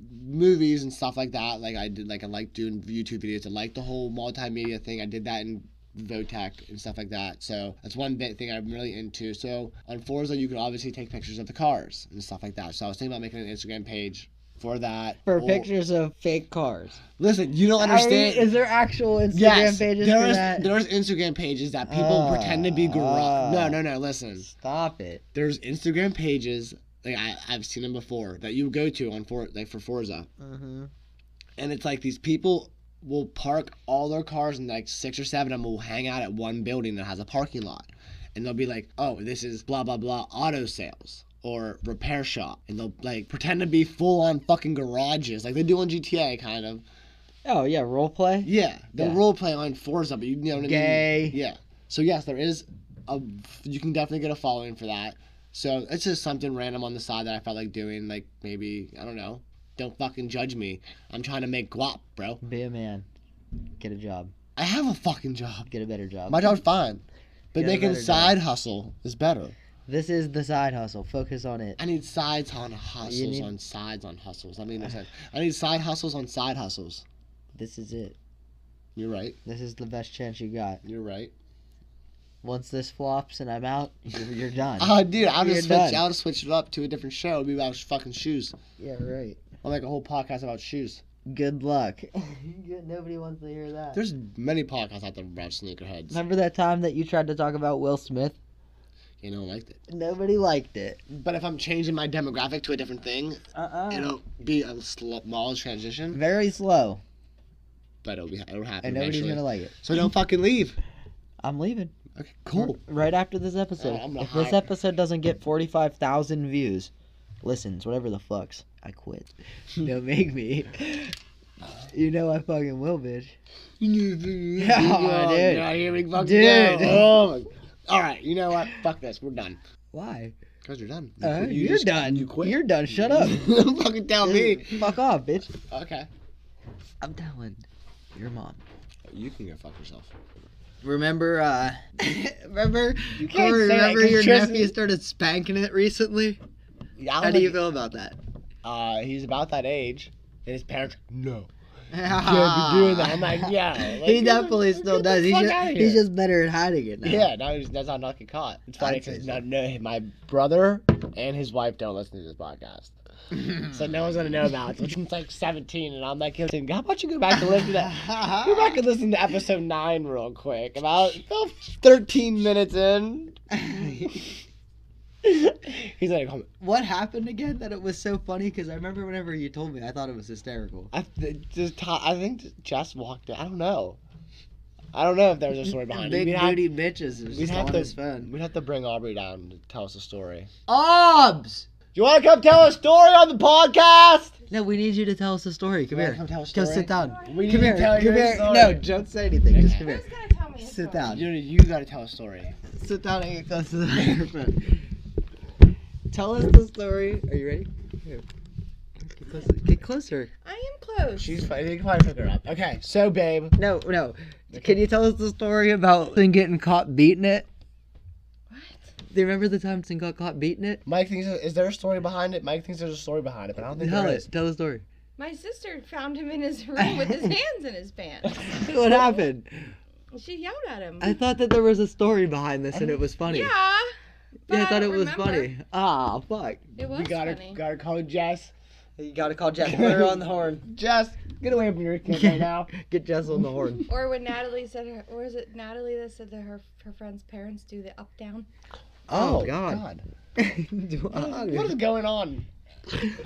S3: movies and stuff like that. Like I did like I like doing YouTube videos. I like the whole multimedia thing. I did that in Votech and stuff like that. So that's one bit thing I'm really into. So on Forza, you can obviously take pictures of the cars and stuff like that. So I was thinking about making an Instagram page for that.
S4: for
S3: Or-
S4: pictures of fake cars.
S3: Listen, you don't understand.
S4: Are- is there actual Instagram
S3: Yes,
S4: pages for
S3: there's
S4: that?
S3: there's Instagram pages that people
S4: Ah,
S3: pretend to be garage. No,
S4: ah.
S3: no, no. Listen,
S4: Stop it.
S3: there's Instagram pages like I I've seen them before that you go to on for like for Forza,
S4: Mm-hmm.
S3: and it's like these people will park all their cars and like six or seven of them will hang out at one building that has a parking lot, and they'll be like, oh, this is blah blah blah auto sales. Or repair shop, and they'll like pretend to be full on fucking garages, like they do on GTA, kind of.
S4: Oh yeah, role play.
S3: Yeah, they'll
S4: Yeah.
S3: role play on Forza, but you know what I mean.
S4: Gay.
S3: Yeah. So yes, there is a you can definitely get a following for that. So it's just something random on the side that I felt like doing. Like maybe I don't know. Don't fucking judge me. I'm trying to make guap, bro.
S4: Be a man. Get a job.
S3: I have a fucking job.
S4: Get a better job.
S3: My job's fine, but
S4: Get a
S3: making
S4: better
S3: side hustle is better.
S4: This is the side hustle. Focus on it.
S3: I need sides on hustles
S4: need-
S3: on sides on hustles. I mean, no sense. I need side hustles on side hustles.
S4: This is it.
S3: You're right.
S4: This is the best chance you got.
S3: You're right.
S4: Once this flops and I'm out, you're, you're done.
S3: [LAUGHS] Oh, dude, I'll
S4: You're
S3: just switch.
S4: done.
S3: I'll just switch it up to a different show. It'll be about fucking shoes.
S4: yeah, right.
S3: I'll make a whole podcast about shoes.
S4: Good luck. [LAUGHS] Nobody wants to hear that.
S3: There's many podcasts out there about sneakerheads.
S4: Remember that time that you tried to talk about Will Smith?
S3: You know, liked it.
S4: Nobody liked it.
S3: But if I'm changing my demographic to a different thing,
S4: Uh-uh.
S3: it'll be a sl- small transition,
S4: Very slow,
S3: but it'll be it'll happen
S4: Mm-hmm. and nobody's
S3: eventually.
S4: gonna like it.
S3: So don't fucking leave.
S4: I'm leaving.
S3: Okay, cool.
S4: Right after this episode.
S3: Uh, I'm gonna
S4: if this
S3: hide.
S4: episode doesn't get 45,000 views, listens, whatever the fucks, I
S3: [LAUGHS]
S4: quit. Don't make me. You know I fucking will, bitch. dude.
S3: Yeah, here we fucking
S4: Dude.
S3: go. Oh, my- all right. You know what? Fuck this. We're done.
S4: Why?
S3: Cause you're done.
S4: Uh,
S3: quit.
S4: you are
S3: just-
S4: done.
S3: You quit.
S4: You're done. Shut [LAUGHS] up.
S3: [LAUGHS] don't fucking tell [LAUGHS] me.
S4: Fuck off, bitch.
S3: Okay.
S4: I'm telling your mom.
S3: You can go fuck yourself.
S4: Remember, uh, [LAUGHS] remember,
S3: You can't say that,
S4: remember
S3: 'cause
S4: your
S3: Tristan-
S4: nephew started spanking it recently?
S3: Yeah.
S4: How do you feel
S3: [LAUGHS]
S4: about that?
S3: Uh, he's about that age, and his parents. No. can't be doing that. I'm
S4: [LAUGHS]
S3: like, yeah. like,
S4: Ah. he
S3: get the-
S4: definitely
S3: get
S4: still
S3: the
S4: does. He's
S3: fuck
S4: just,
S3: outta
S4: he's
S3: here.
S4: just better at hiding it now. [LAUGHS]
S3: Yeah, now he's, that's how not get caught. It's funny
S4: I'd say
S3: because
S4: so.
S3: no, no, my brother and his wife don't listen to this podcast. so no one's gonna
S4: Hmm.
S3: know about it. Which one's like 17, and I'm like, listen, how about you go back and listen to
S4: [LAUGHS]
S3: that? Go back and listen to episode nine real quick. About about 13 minutes in, [LAUGHS] he's like, "Um,
S4: what happened again that it was so funny? Because I remember whenever you told me, I thought it was hysterical.
S3: I th- just Todd- I think Jess walked. in. I don't know. I don't know if there's a story behind it.
S4: Big
S3: We'd have,
S4: booty bitches is
S3: we'd
S4: just
S3: have
S4: on
S3: to-
S4: his phone.
S3: we'd have to bring Aubrey down to tell us a story.
S4: Obs!
S3: Do you want to come tell a story on the podcast?
S4: No, we need you to tell us a story. Come
S3: You wanna
S4: here.
S3: come tell a
S4: Go
S3: story?
S4: sit down.
S3: We need
S4: come
S3: to
S4: here.
S3: tell
S4: come
S3: your
S4: here.
S3: story.
S4: No, don't say anything. Just come
S2: Who's
S4: here.
S2: gonna tell me? a
S4: Sit
S2: story?
S4: down.
S3: You, you got to tell a story.
S4: Sit down and get close
S3: [LAUGHS]
S4: to the microphone. Tell us the story. Are you ready? Here. Get closer. Get closer.
S2: I am close.
S3: She's fine. You can probably pick her up. Okay, so babe,
S4: No, no. Can you tell us the story about Sin getting caught beating it?
S2: What?
S4: Do you remember the time Sin got caught beating it?
S3: Mike thinks is there a story behind it? Mike thinks there's a story behind it, but I don't think
S4: Tell
S3: there
S4: it.
S3: is.
S4: Tell the story. [LAUGHS]
S2: My sister found him in his room with his hands in his pants.
S4: What happened?
S2: She yelled at him.
S4: I thought that there was a story behind this and it was funny.
S2: yeah. but
S4: Yeah, I thought it
S2: don't
S4: was
S2: remember.
S4: funny. Ah, fuck.
S2: It was
S3: We gotta
S2: funny.
S3: gotta call Jess.
S4: You gotta call Jess.
S3: Put her on
S4: the horn.
S3: Jess, get away from your kid right [LAUGHS] now.
S4: [LAUGHS] Get Jess on
S3: [LAUGHS]
S4: the horn.
S2: Or when Natalie said, her, or is it Natalie that said that her her friend's parents do the up down?
S4: Oh, God. [LAUGHS]
S3: Oh, What is going on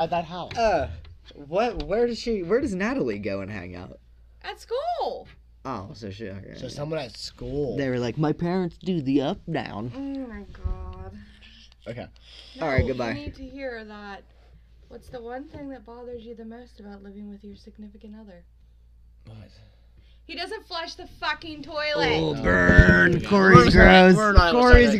S3: at that house?
S4: uh, what? Where does she? Where does Natalie go and hang out?
S2: At school.
S4: Oh, so she. Okay.
S3: so someone at school.
S4: they were like, my parents do the up down.
S2: Oh my god.
S3: Okay.
S4: All right,
S2: No,
S4: goodbye.
S2: You need to hear that. What's the one thing that bothers you the most about living with your significant other? He doesn't flush the fucking toilet.
S4: Oh,
S3: Oh,
S4: burn! Corey's
S3: We're not-
S4: gross.
S3: we're not-
S4: Corey's
S3: sorry.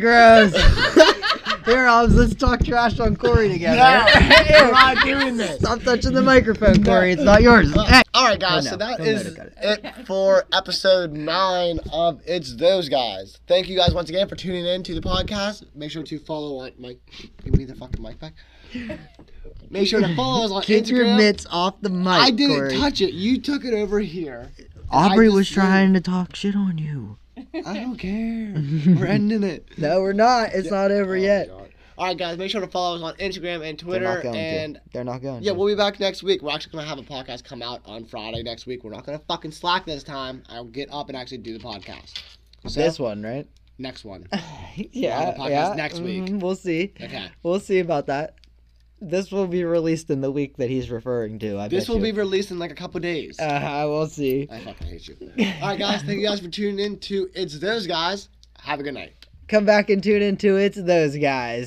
S3: [LAUGHS]
S4: gross. [LAUGHS] Here, Hobbs, let's talk trash on Corey together.
S3: No, [LAUGHS] we're not doing this.
S4: Stop touching the microphone, Corey. It's not yours. Hey.
S3: All right, guys.
S4: Oh,
S3: So
S4: no.
S3: that
S4: Don't let
S3: is
S4: it go.
S3: it for episode nine of It's Those Guys. Thank you guys once again for tuning in to the podcast. Make sure to follow on Mike. Give me the fucking mic back. Make sure to follow us on
S4: [LAUGHS] Keep
S3: Instagram.
S4: your mitts off the mic.
S3: I didn't
S4: Corey.
S3: touch it. You took it over here.
S4: Aubrey
S3: I just
S4: was trying to talk shit on you.
S3: I don't care.
S4: [LAUGHS]
S3: We're ending it.
S4: No, we're not. It's not over
S3: Oh,
S4: yet.
S3: All right, guys. Make sure to follow us on Instagram and
S4: They're
S3: Twitter.
S4: not going
S3: And
S4: to. They're not going.
S3: yeah,
S4: to.
S3: we'll be back next week. We're actually gonna have a podcast come out on Friday next week. We're not gonna fucking slack this time. I'll get up and actually do the podcast. So
S4: this one, [LAUGHS] right?
S3: next one.
S4: yeah,
S3: podcast
S4: yeah.
S3: next week.
S4: Mhm, we'll see.
S3: Okay.
S4: We'll see about that. This will be released in the week that he's referring to. I
S3: This
S4: bet
S3: will be
S4: you.
S3: released in like a couple days.
S4: Uh, I will see.
S3: I fucking hate you. All right, guys. Thank you guys for tuning in to It's Those Guys. Have a good night.
S4: Come back and tune into it's those guys.